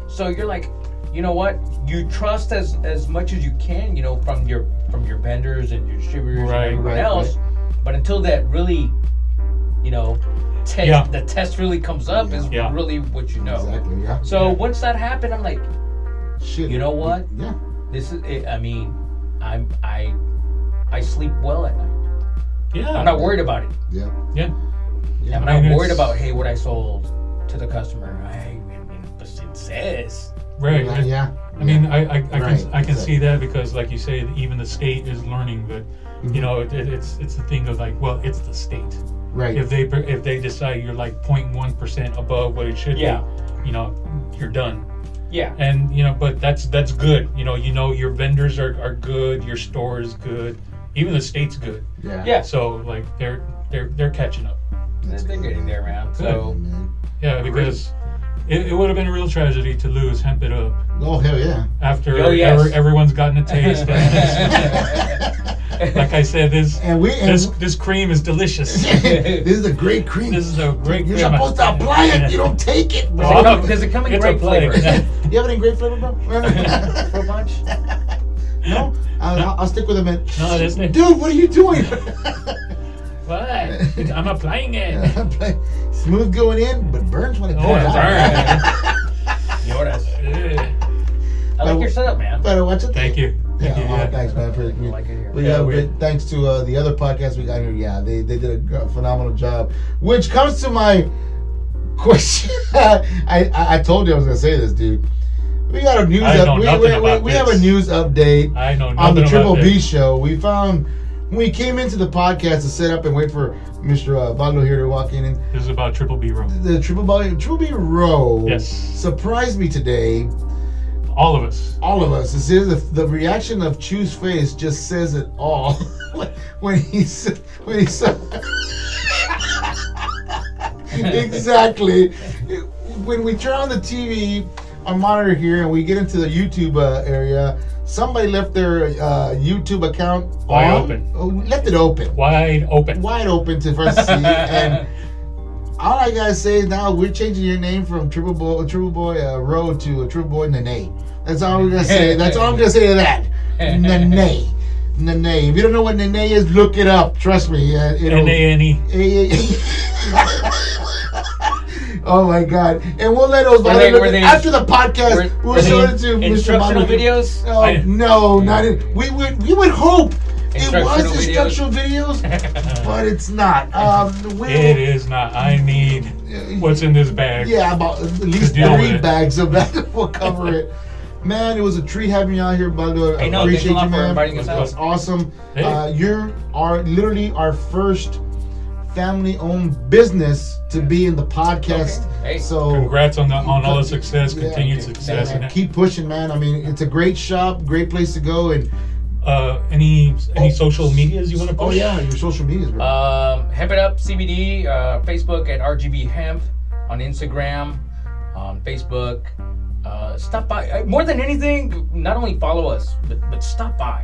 S8: So you're like, you know what? You trust as as much as you can, you know, from your from your vendors and your distributors
S6: Right,
S8: and everyone
S7: right,
S8: else. But until that really, you know, te-
S6: Yeah.
S8: the test really comes up is
S6: Yeah.
S8: really what you know.
S7: exactly. Yeah.
S8: So once that happened, I'm like,
S7: Shit.
S8: you know what?
S7: Yeah.
S8: This is. It. I mean, I'm I I sleep well at night. I'm
S6: [LAUGHS] Yeah.
S8: not worried about it.
S7: Yeah.
S6: Yeah.
S8: I'm
S6: I
S8: not
S6: mean,
S8: worried
S6: it's-
S8: about hey what I sold to the customer. Hey, I mean, but it says
S6: Right.
S7: Yeah. yeah.
S6: I mean, I, I, I can
S7: Right,
S6: I can see
S7: exactly.
S6: that because, like you say, even the state is learning that, you know, it, it, it's it's the thing of like, well, it's the state.
S7: Right.
S6: If they if they decide you're like 0.1 percent above what it should
S8: Yeah.
S6: be, you know, you're done.
S8: yeah.
S6: And you know, but that's that's good. You know, you know your vendors are, are good, your store is good, even the state's good.
S7: yeah.
S8: Yeah.
S6: So like they're they're they're catching up.
S8: They're, they're getting there, man.
S7: Oh,
S8: So
S7: man.
S6: Yeah, because it, it would have been a real tragedy to lose hemp it up
S7: Oh, hell
S8: [LAUGHS]
S7: yeah.
S6: after
S8: Oh, yes.
S6: ever- everyone's gotten a taste.
S8: [LAUGHS]
S7: [LAUGHS]
S6: like I said, this
S7: And we and
S6: this this cream is delicious. this
S7: [LAUGHS] this is a great cream.
S6: is a great
S7: You're
S6: cream.
S7: supposed to apply it. You don't take it. Bro.
S6: Oh, no,
S8: does it come in
S6: [LAUGHS] it's
S8: grape
S6: applied.
S8: flavor?
S7: You have it in great flavor, bro?
S8: for a
S6: [LAUGHS]
S8: bunch.
S7: no? I'll, I'll stick with a man.
S6: No, it isn't.
S7: Dude, what are you doing? [LAUGHS]
S6: what? I'm applying it.
S7: Smooth going in, but burns when it comes
S6: Oh, it
S7: out.
S8: [LAUGHS] You know what I said?
S6: burns.
S8: I like your setup, man.
S7: Better watch it.
S6: Thank you.
S7: Yeah,
S6: Thank you.
S7: oh,
S6: yeah.
S7: thanks, man. For,
S8: I like it here.
S7: Well, yeah,
S6: Yeah, we-
S7: but thanks to uh, the other podcast we got here, yeah, they, they did a gr- phenomenal job. Which comes to my question. [LAUGHS] I, I I told you I was gonna say this, dude. We got a news.
S6: I know
S7: up, we
S6: nothing
S7: we, we,
S6: about
S7: we have a
S6: this.
S7: news update
S6: I know nothing
S7: on the
S6: about
S7: Triple B
S6: this.
S7: show. We found when we came into the podcast to set up and wait for Mr. Uh, Baglo here to walk in, and
S6: This is about Triple B Row.
S7: the triple B, triple B row
S6: Yes.
S7: surprised me today.
S6: All of us.
S7: All of us. This is the, the reaction of Chu's face just says it all. [LAUGHS] when he s- when he said [LAUGHS] exactly when we turn on the TV, our monitor here, and we get into the YouTube uh, area. Somebody left their uh, YouTube account
S6: Wide
S7: on-
S6: open.
S7: Oh, left it open
S6: Wide open.
S7: wide open to for us to
S8: [LAUGHS]
S7: see. and all I gotta say is now we're changing your name from Triple Boy, Triple Boy uh, Road to Triple Boy Nene. That's all we're gonna say. That's all I'm gonna say to that. Nene. Nene. If you don't know what Nene is, look it up. Trust me. Uh, it'll-
S6: N-A-N-E.
S7: [LAUGHS] oh my god. And we'll let those
S8: Were they- were they-
S7: after the podcast,
S8: Were-
S7: we'll
S8: were
S7: show
S8: they
S7: it to Mr.
S8: instructional
S7: Manu.
S8: videos?
S7: Oh,
S6: I-
S7: no, not in, we would we would hope it was
S8: Instructional videos.
S7: instructional videos, but it's not. Um, we,
S6: It is not. I need what's in this bag.
S7: yeah, about at least
S6: deal with
S7: three
S6: it.
S7: bags of that [LAUGHS] will cover it. Man, it was a treat having you out here, Bugger.
S8: I know, thanks a
S7: appreciate
S8: lot
S7: you,
S8: for
S7: man.
S8: inviting us
S7: It was
S6: out.
S7: awesome.
S6: Hey.
S7: Uh, you're our literally our first family-owned business to be in the podcast.
S8: Okay. Hey.
S7: So
S6: Congrats on the, on all the success,
S7: Yeah.
S6: continued
S7: Yeah,
S6: success.
S7: man,
S6: And,
S7: keep pushing, man. I mean, it's a great shop, great place to go, and
S6: uh, any any
S7: Oh.
S6: social medias you want to push?
S7: oh yeah, your social medias, bro.
S8: Um, Hemp It Up CBD, uh, Facebook at RGB Hemp, on Instagram, on Facebook. Uh, stop by. Uh, More than anything, not only follow us, but, but stop by.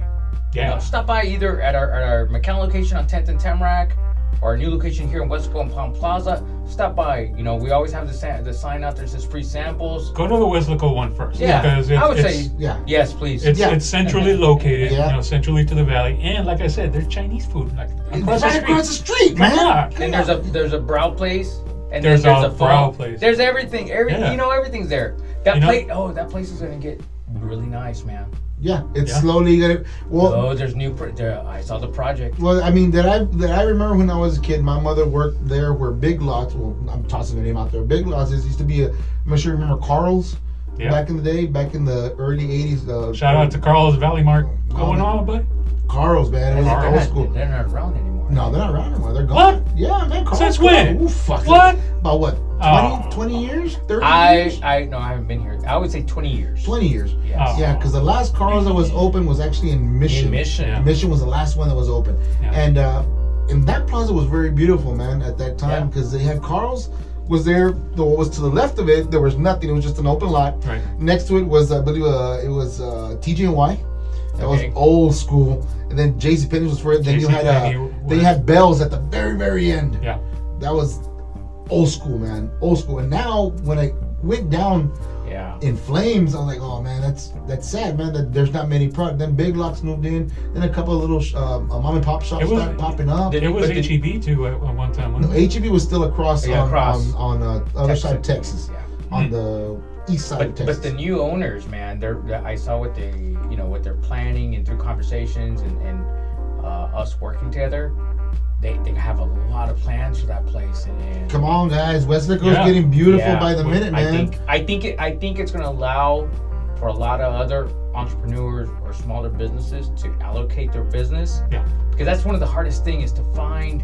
S8: You know,
S6: Yeah.
S8: stop by either at our, at our McAllen location on 10th and Tamarack or our new location here in Westco and Palm Plaza. Stop by. You know, we always have the, sa- the sign out there that says free samples.
S6: Go to the Weslico one first.
S8: Yeah,
S6: Because it's,
S8: I would
S6: it's,
S8: say
S7: yeah.
S8: yes, please.
S6: It's,
S7: Yeah.
S6: it's centrally located,
S7: Yeah.
S6: you know, centrally to the valley, and like I said, there's Chinese food like across the
S7: right
S6: street.
S7: across the street,
S6: Come
S7: man.
S6: on.
S8: And there's a there's a brow place. And
S6: There's
S8: then there's
S6: a
S8: a, phone.
S6: brow place.
S8: There's everything. Every
S6: Yeah.
S8: you know everything's there. That
S6: You know-
S8: plate. Oh, that place is gonna get really nice, man.
S7: Yeah, it's
S6: Yeah.
S7: slowly gonna. Well,
S8: Oh, there's new. Pro- there, I saw the project.
S7: Well, I mean, that I that I remember when I was a kid, my mother worked there where Big Lots. Well, I'm tossing the name out there. Big Lots is used to be a. I'm sure you remember Carl's
S6: Yeah.
S7: back in the day, back in the early '80s. Uh,
S6: Shout out to Carl's Valley Mark. Going on, bud.
S7: Carl's, man. It was
S8: They're
S7: like old
S8: not,
S7: school.
S8: They're not around anymore.
S7: No, they're not around anymore. They're gone.
S6: What?
S7: Yeah, man. Carl's
S6: Since
S7: gone.
S6: when?
S7: Ooh, fuck.
S6: What?
S7: About what? 20,
S6: Oh.
S7: 20 years? 30
S8: I
S7: years?
S8: I no, I haven't been here. I would say 20 years.
S7: 20 years.
S8: Yes.
S6: Oh.
S7: Yeah, because the last Carl's that was open was actually in Mission.
S8: In Mission.
S6: Yeah.
S7: Mission was the last one that was open,
S6: Yeah.
S7: and uh, and that plaza was very beautiful, man, at that time
S8: Yeah.
S7: because they had Carl's was there. The what was to the left of it, there was nothing. It was just an open lot.
S6: Right.
S7: Next to it was, I believe, uh, it was uh, TGNY. That
S8: Okay.
S7: was old school, and then J.C. Penney's was for it. Then you had uh,
S6: JCPenney
S7: they
S6: was-
S7: had bells at the very very end.
S6: Yeah.
S7: That was old school, man, old school. And now when I went down
S8: Yeah.
S7: in flames. I was like, oh man, that's that's sad, man. That there's not many products. Then Big Locks moved in, then a couple of little sh- um, uh, mom and pop shops
S6: It was-
S7: started popping up.
S8: Did-
S6: It was
S8: but did-
S6: HEB too at, at one time.
S7: No,
S6: Wasn't it?
S7: HEB E was still across
S8: Yeah,
S7: on,
S8: across.
S7: on, on uh, other side of
S8: Texas. Mm.
S7: Texas, on the east side of
S8: But,
S7: Texas.
S8: but the new owners, man, they're I saw what they you know what they're planning and through conversations and, and uh, us working together, they, they have a lot of plans for that place. And, and
S7: Come on, guys, Westlaco's
S6: Yeah.
S7: getting beautiful
S8: yeah,
S7: by the minute,
S8: I
S7: man.
S8: think I think it, I think it's going to allow for a lot of other entrepreneurs or smaller businesses to allocate their business
S6: Yeah.
S8: because that's one of the hardest thing is to find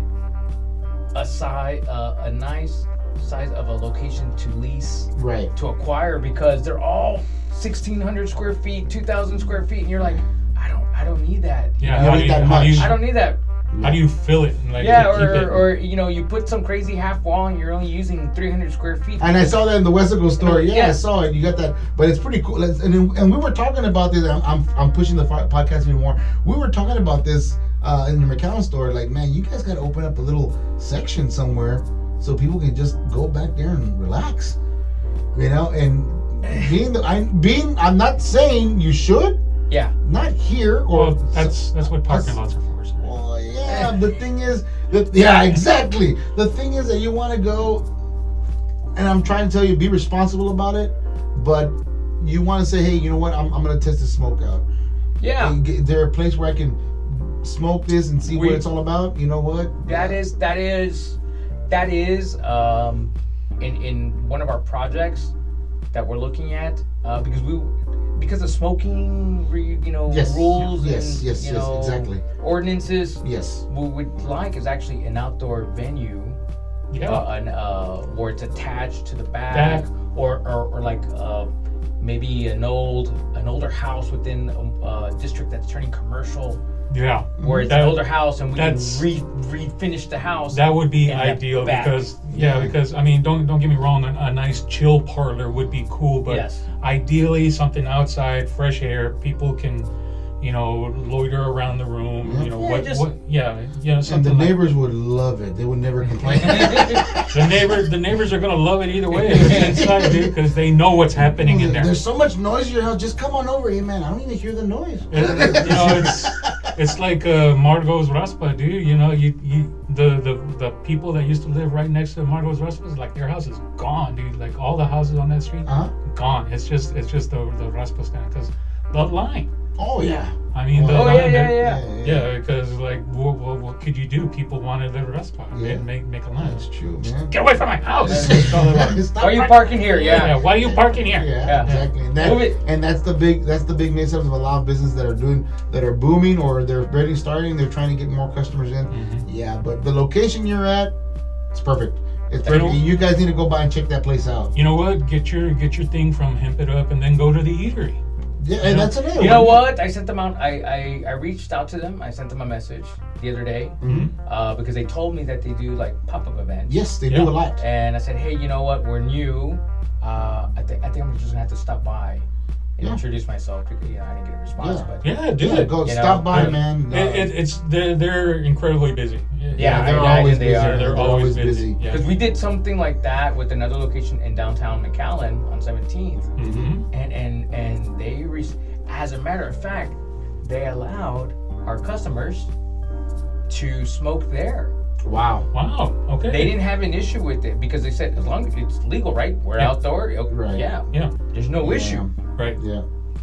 S8: a size uh, a nice size of a location to lease
S7: right.
S8: to acquire because they're all 1600 square feet 2000 square feet and you're like i don't i don't need that
S6: Yeah.
S7: You
S6: How
S7: don't
S6: do
S7: need
S6: you,
S7: that
S6: how do
S7: much.
S6: you,
S8: i don't need that
S6: how do you fill it? And like,
S8: yeah
S6: keep it?
S8: or, or you know you put some crazy half wall and you're only using 300 square feet
S7: And I saw that in the Westlaco store. Yeah,
S8: Yeah.
S7: I saw it. You got that, but it's pretty cool. Let's- And, and we were talking about this. I'm, I'm, I'm pushing the fi- podcast even more. We were talking about this uh, in the McAllen store. Like, man, you guys got to open up a little section somewhere so people can just go back there and relax. You know, and being the, I'm being I'm not saying you should
S8: yeah
S7: not here or
S6: well, that's that's what parking lots
S7: that's-
S6: are for. so-
S7: well, Oh,
S8: [LAUGHS]
S7: yeah. The thing is, that yeah, exactly. The thing is that you want to go, and I'm trying to tell you, be responsible about it, but you want to say, hey, you know what? I'm, I'm gonna test the smoke out.
S8: yeah
S7: Hey, Is there a place where I can smoke this and see
S8: We-
S7: what it's all about? You know what?
S8: That is that is that is um, in in one of our projects that we're looking at uh, because we because of smoking, re- you know,
S7: Yes,
S8: rules.
S7: yes,
S8: and,
S7: yes,
S8: you
S7: yes,
S8: know,
S7: exactly.
S8: Ordinances.
S7: Yes.
S8: What we'd like is actually an outdoor venue,
S6: Yeah.
S8: uh, an, uh, where it's attached to the back,
S6: Back.
S8: Or, or or like uh, maybe an old an older house within a, uh district that's turning commercial,
S6: yeah.
S8: where it's
S6: That-
S8: an older house and we can
S6: that's-
S8: re refinish the house.
S6: That would be
S8: And that
S6: ideal
S8: back.
S6: because yeah, because I mean, don't don't get me wrong, a, a nice chill parlor would be cool, but
S8: Yes.
S6: ideally something outside, fresh air, people can, you know, loiter around the room, you know,
S8: Yeah,
S6: what,
S8: just-
S6: what yeah, yeah,
S7: And the
S6: something like-
S7: neighbors would love it. They would
S8: [LAUGHS]
S7: never complain.
S6: the neighbor the neighbors are gonna love it either way if it's inside, dude, because they know what's happening in there.
S7: [LAUGHS] There's so much noise in your house. Just come on over here, man. I don't even hear the noise.
S6: And, you know, it's it's like uh, Margot's Raspa, dude. You know, you, you the, the the people that used to live right next to Margot's Raspa, is like their house is gone, dude. Like all the houses on that street,
S7: Huh?
S6: gone. It's just it's just the the Raspa stand because the line.
S7: Oh yeah.
S6: I mean, the
S7: Oh,
S8: oh
S6: line.
S8: yeah, yeah,
S6: there-
S8: yeah.
S6: Yeah, because like, what, what, what could you do? People wanted the Raspa.
S7: Yeah.
S6: They'd make make a line.
S7: That's true, man.
S6: Get away from my house! That's all they
S7: [LAUGHS]
S6: want.
S7: It's not
S8: Why [LAUGHS] are you
S7: right.
S8: parking here? Yeah.
S6: Yeah, why are you parking here?
S7: Yeah,
S8: Yeah.
S7: exactly. And,
S8: Move it.
S7: that, and that's the big that's the big mix up of a lot of businesses that are doing that are booming or they're barely starting. They're trying to get more customers in.
S8: Mm-hmm.
S7: Yeah, but the location you're at, it's perfect. It's perfect.
S6: Right.
S7: You guys need to go by and check that place out.
S6: You know what? Get your get your thing from Hemp It Up, and then go to the eatery.
S7: Yeah, and that's another
S8: You know
S7: one.
S8: what? I sent them out. I, I, I reached out to them. I sent them a message the other day uh, because they told me that they do like pop up events.
S7: Mm-hmm. Yes, they
S6: Yeah.
S7: do a lot.
S8: And I said, hey, you know what? We're new. Uh, I think I think I'm just gonna have to stop by and
S7: Yeah.
S8: introduce myself because you know I didn't get a response,
S7: Yeah.
S8: but
S6: Yeah, do
S7: Yeah,
S6: it.
S7: go
S8: You
S7: stop
S8: know,
S7: by,
S6: Yeah.
S7: man. Uh,
S6: It, it, it's they're, they're incredibly busy.
S8: Yeah,
S7: they're
S8: I- I-
S7: always
S8: they
S7: busy.
S8: are.
S6: they're, they're always busy.
S8: because we did something like that with another location in downtown McAllen on 17th.
S6: hmm
S8: and and and they re- as a matter of fact they allowed our customers to smoke there
S7: wow.
S6: Wow. Okay.
S8: they didn't have an issue with it because they said as long as it's legal right we're
S6: Yeah.
S8: outdoor oh,
S7: Right.
S8: yeah
S6: Yeah.
S8: there's no issue
S6: Right.
S7: Yeah.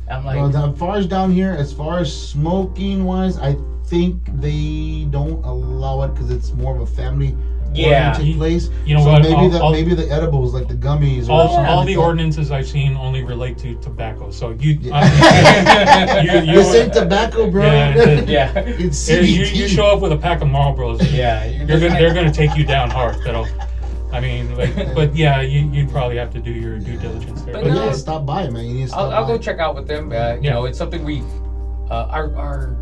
S8: i'm like [LAUGHS]
S7: Well, the- as far as down here, as far as smoking wise, I think they don't allow it because it's more of a family
S8: Yeah.
S7: oriented place.
S6: you know
S7: so
S6: what,
S7: Maybe
S6: I'll-
S7: the
S6: I'll-
S7: maybe the edibles, like the gummies, or
S6: All,
S7: something
S6: all
S7: like
S6: the
S7: that.
S6: ordinances I've seen only relate to tobacco. So [LAUGHS] you,
S7: Yeah. [LAUGHS]
S6: I- you, you,
S7: This ain't tobacco, bro.
S6: Yeah,
S7: [LAUGHS]
S6: it-
S8: yeah
S7: it's
S6: you,
S7: CBD.
S6: you- you show up with a pack of Marlboros.
S8: yeah you're
S6: You're
S8: just
S6: gonna,
S8: like-
S6: they're gonna take you down hard. That'll. I mean, like, but yeah, you you probably have to do your due diligence there.
S8: But
S7: But
S8: no,
S7: yeah, stop by, man. You need to stop
S8: I'll, I'll
S7: by.
S8: go check out with them uh, you
S6: Yeah.
S8: know it's something we uh, our our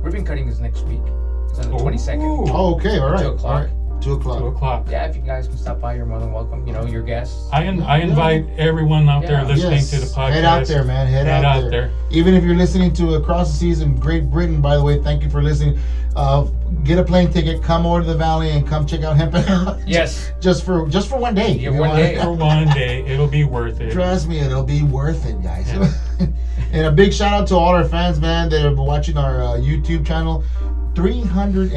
S8: ribbon cutting is next week it's on the 22nd
S6: Ooh,
S7: Oh, okay, all right.
S8: Two o'clock.
S7: All right. Two o'clock.
S6: Two o'clock.
S8: yeah if you guys can stop by you're more than welcome you know your guests
S6: I, in, I invite everyone out there
S8: Yeah.
S6: listening
S7: Yes.
S6: to the podcast.
S7: Head out there, man. Head,
S6: Head
S7: out,
S6: out there.
S7: there. Even if you're listening to Across the Seas in Great Britain, by the way, thank you for listening. Uh, get a plane ticket, come over to the valley, and come check out Hemp.
S6: [LAUGHS]
S8: yes
S7: [LAUGHS] just for just for one day.
S8: Yeah,
S7: you
S8: one
S7: know?
S8: day.
S6: For one day, it'll be worth it.
S7: Trust me, it'll be worth it, guys. [LAUGHS] and a big shout out to all our fans, man, that have been watching our uh, YouTube channel.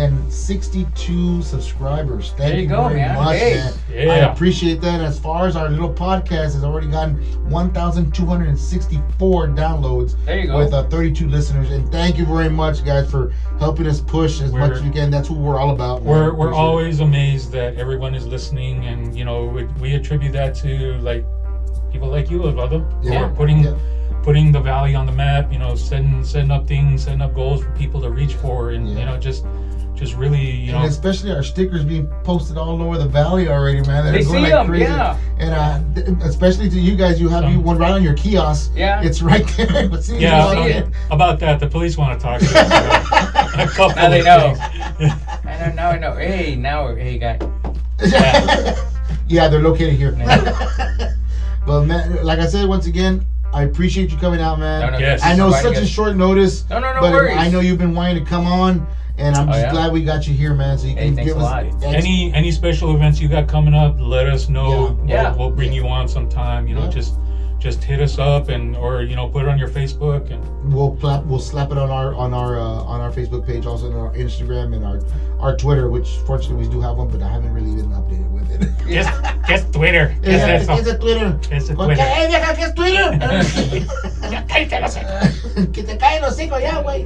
S7: 362 subscribers. Thank
S8: There you go,
S7: very
S8: man.
S7: much,
S8: Hey.
S7: man. I
S6: Yeah.
S7: appreciate that. As far as our little podcast has already gotten 1,264 downloads
S8: There you go.
S7: with uh, 32 listeners. And thank you very much, guys, for helping us push as much
S6: We're-
S7: as we can. That's what we're all about. man.
S6: We're, we're
S7: Appreciate it.
S6: always amazed that everyone is listening, and you know we, we attribute that to like people like you, Eduardo, who
S7: Yeah.
S6: are putting
S7: Yeah.
S6: putting the valley on the map. You know, setting setting up things, setting up goals for people to reach for, and you
S7: Yeah.
S6: know just just really you know
S7: And especially our stickers being posted all over the valley already, man. They're
S8: They
S7: going
S8: see
S7: like
S8: 'em,
S7: crazy.
S8: yeah.
S7: And uh, th- especially to you guys, you have you one right on your kiosk.
S8: Yeah.
S7: It's right there. [LAUGHS] But see,
S6: yeah
S7: you know,
S8: see it.
S6: about, about that the police want to talk
S7: [LAUGHS]
S6: to us about a couple
S8: Now they
S6: of
S8: know.
S6: things.
S8: And I- now I know. Hey, now, hey, guy.
S7: [LAUGHS] yeah, they're located here. [LAUGHS] but man, like I said once again, I appreciate you coming out, man.
S8: No, no,
S6: Yes.
S7: I know
S8: this is
S7: such
S8: why
S7: a
S8: you
S7: short notice.
S8: No, no, no
S7: but
S8: worries.
S7: I know you've been wanting to come on, and I'm
S8: Oh,
S7: just
S8: yeah?
S7: glad we got you here, man. So you
S8: Hey,
S7: can
S8: thanks
S7: give
S8: a
S7: us
S8: lot.
S7: ex-
S6: any any special events you got coming up let us know
S8: Yeah. Yeah.
S6: We'll, we'll bring you on sometime you know
S7: Yeah.
S6: just just hit us up and or you know put it on your facebook and
S7: we'll plap, we'll slap it on our on our uh, on our Facebook page, also on our Instagram and our our Twitter, which fortunately we do have one, but I haven't really been updated with it.
S6: just just twitter
S7: Yeah,
S6: Just
S7: it's
S6: eso.
S7: a Twitter.
S6: It's a
S7: Okay,
S6: Twitter.
S7: hey, deja que es Twitter. [LAUGHS] que te caen los cinco ya, güey.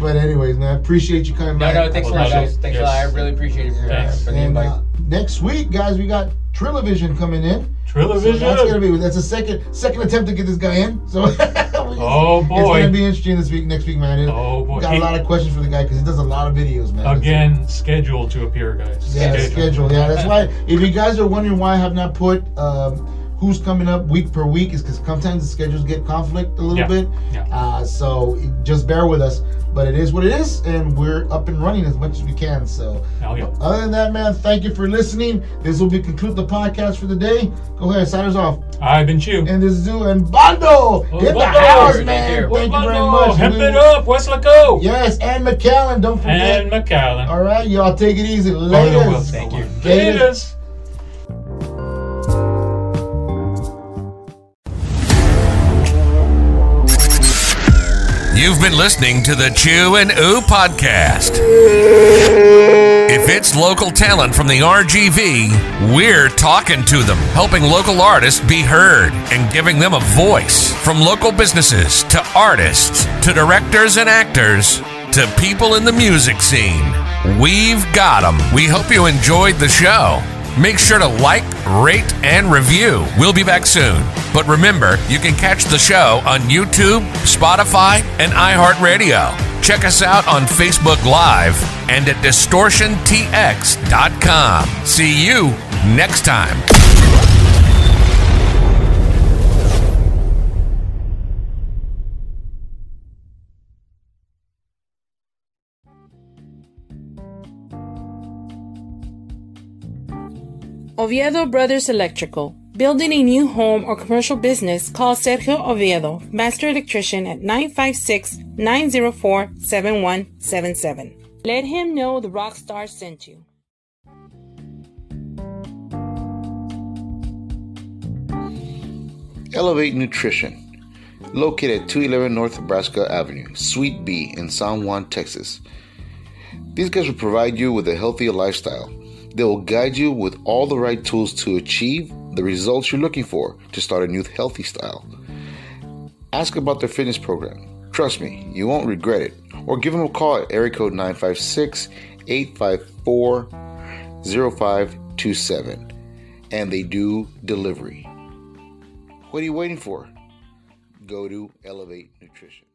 S7: But anyways, man, appreciate you coming
S8: [LAUGHS] No,
S7: back.
S8: no, thanks a lot,
S6: Pleasure.
S8: guys. Thanks a lot. I
S6: Yes.
S8: really appreciate it for,
S6: Thanks.
S8: for the
S7: And
S8: invite.
S7: uh, next week, guys, we got Trillavision coming in.
S6: Thriller
S7: So that's gonna
S6: Vision.
S7: be that's a second second attempt to get this guy in. So [LAUGHS]
S6: Oh, boy.
S7: it's gonna be interesting this week, next week, man. It-
S6: Oh, boy.
S7: got
S6: He-
S7: a lot of questions for the guy because he does a lot of videos, man. It's-
S6: Again, scheduled to appear, guys.
S7: Yeah, schedule. Yeah, that's why. If you guys are wondering why I have not put um, who's coming up week per week, is because sometimes the schedules get conflict a little
S6: Yeah,
S7: bit.
S6: yeah.
S7: Uh, so it- just bear with us. But it is what it is, and we're up and running as much as we can. So,
S6: Oh, yeah.
S7: But other than that, man, thank you for listening. This will be conclude the podcast for the day. Go ahead, sign us off.
S6: I've been Chew.
S7: And this is Zoo and Bondo in the
S6: Bondo!
S7: house,
S8: Here.
S7: man. Thank you very
S6: Bono,
S7: much.
S6: Hemp
S7: We-
S6: it up, Westlake.
S7: Yes, and McAllen, don't forget.
S6: And McAllen.
S7: All right, y'all, take it easy.
S6: Bono
S7: Later.
S6: Wilson.
S8: Thank you.
S6: Laters.
S4: You've been listening to the Chew and Ooh podcast. If it's local talent from the RGV, we're talking to them, helping local artists be heard and giving them a voice. From local businesses to artists to directors and actors to people in the music scene, we've got them. We hope you enjoyed the show. Make sure to like, rate, and review. We'll be back soon. But remember, you can catch the show on YouTube, Spotify, and iHeartRadio. Check us out on Facebook Live and at distortiontx.com. See you next time.
S2: Oviedo Brothers Electrical. Building a new home or commercial business, call Sergio Oviedo, Master Electrician at 956 904 7177. Let him know the rock star sent you.
S1: Elevate Nutrition, located at 211 North Nebraska Avenue, Suite B in San Juan, Texas. These guys will provide you with a healthier lifestyle. They will guide you with all the right tools to achieve the results you're looking for to start a new healthy style. Ask about their fitness program. Trust me, you won't regret it. Or give them a call at area code 956 854 0527. And they do delivery. What are you waiting for? Go to Elevate Nutrition.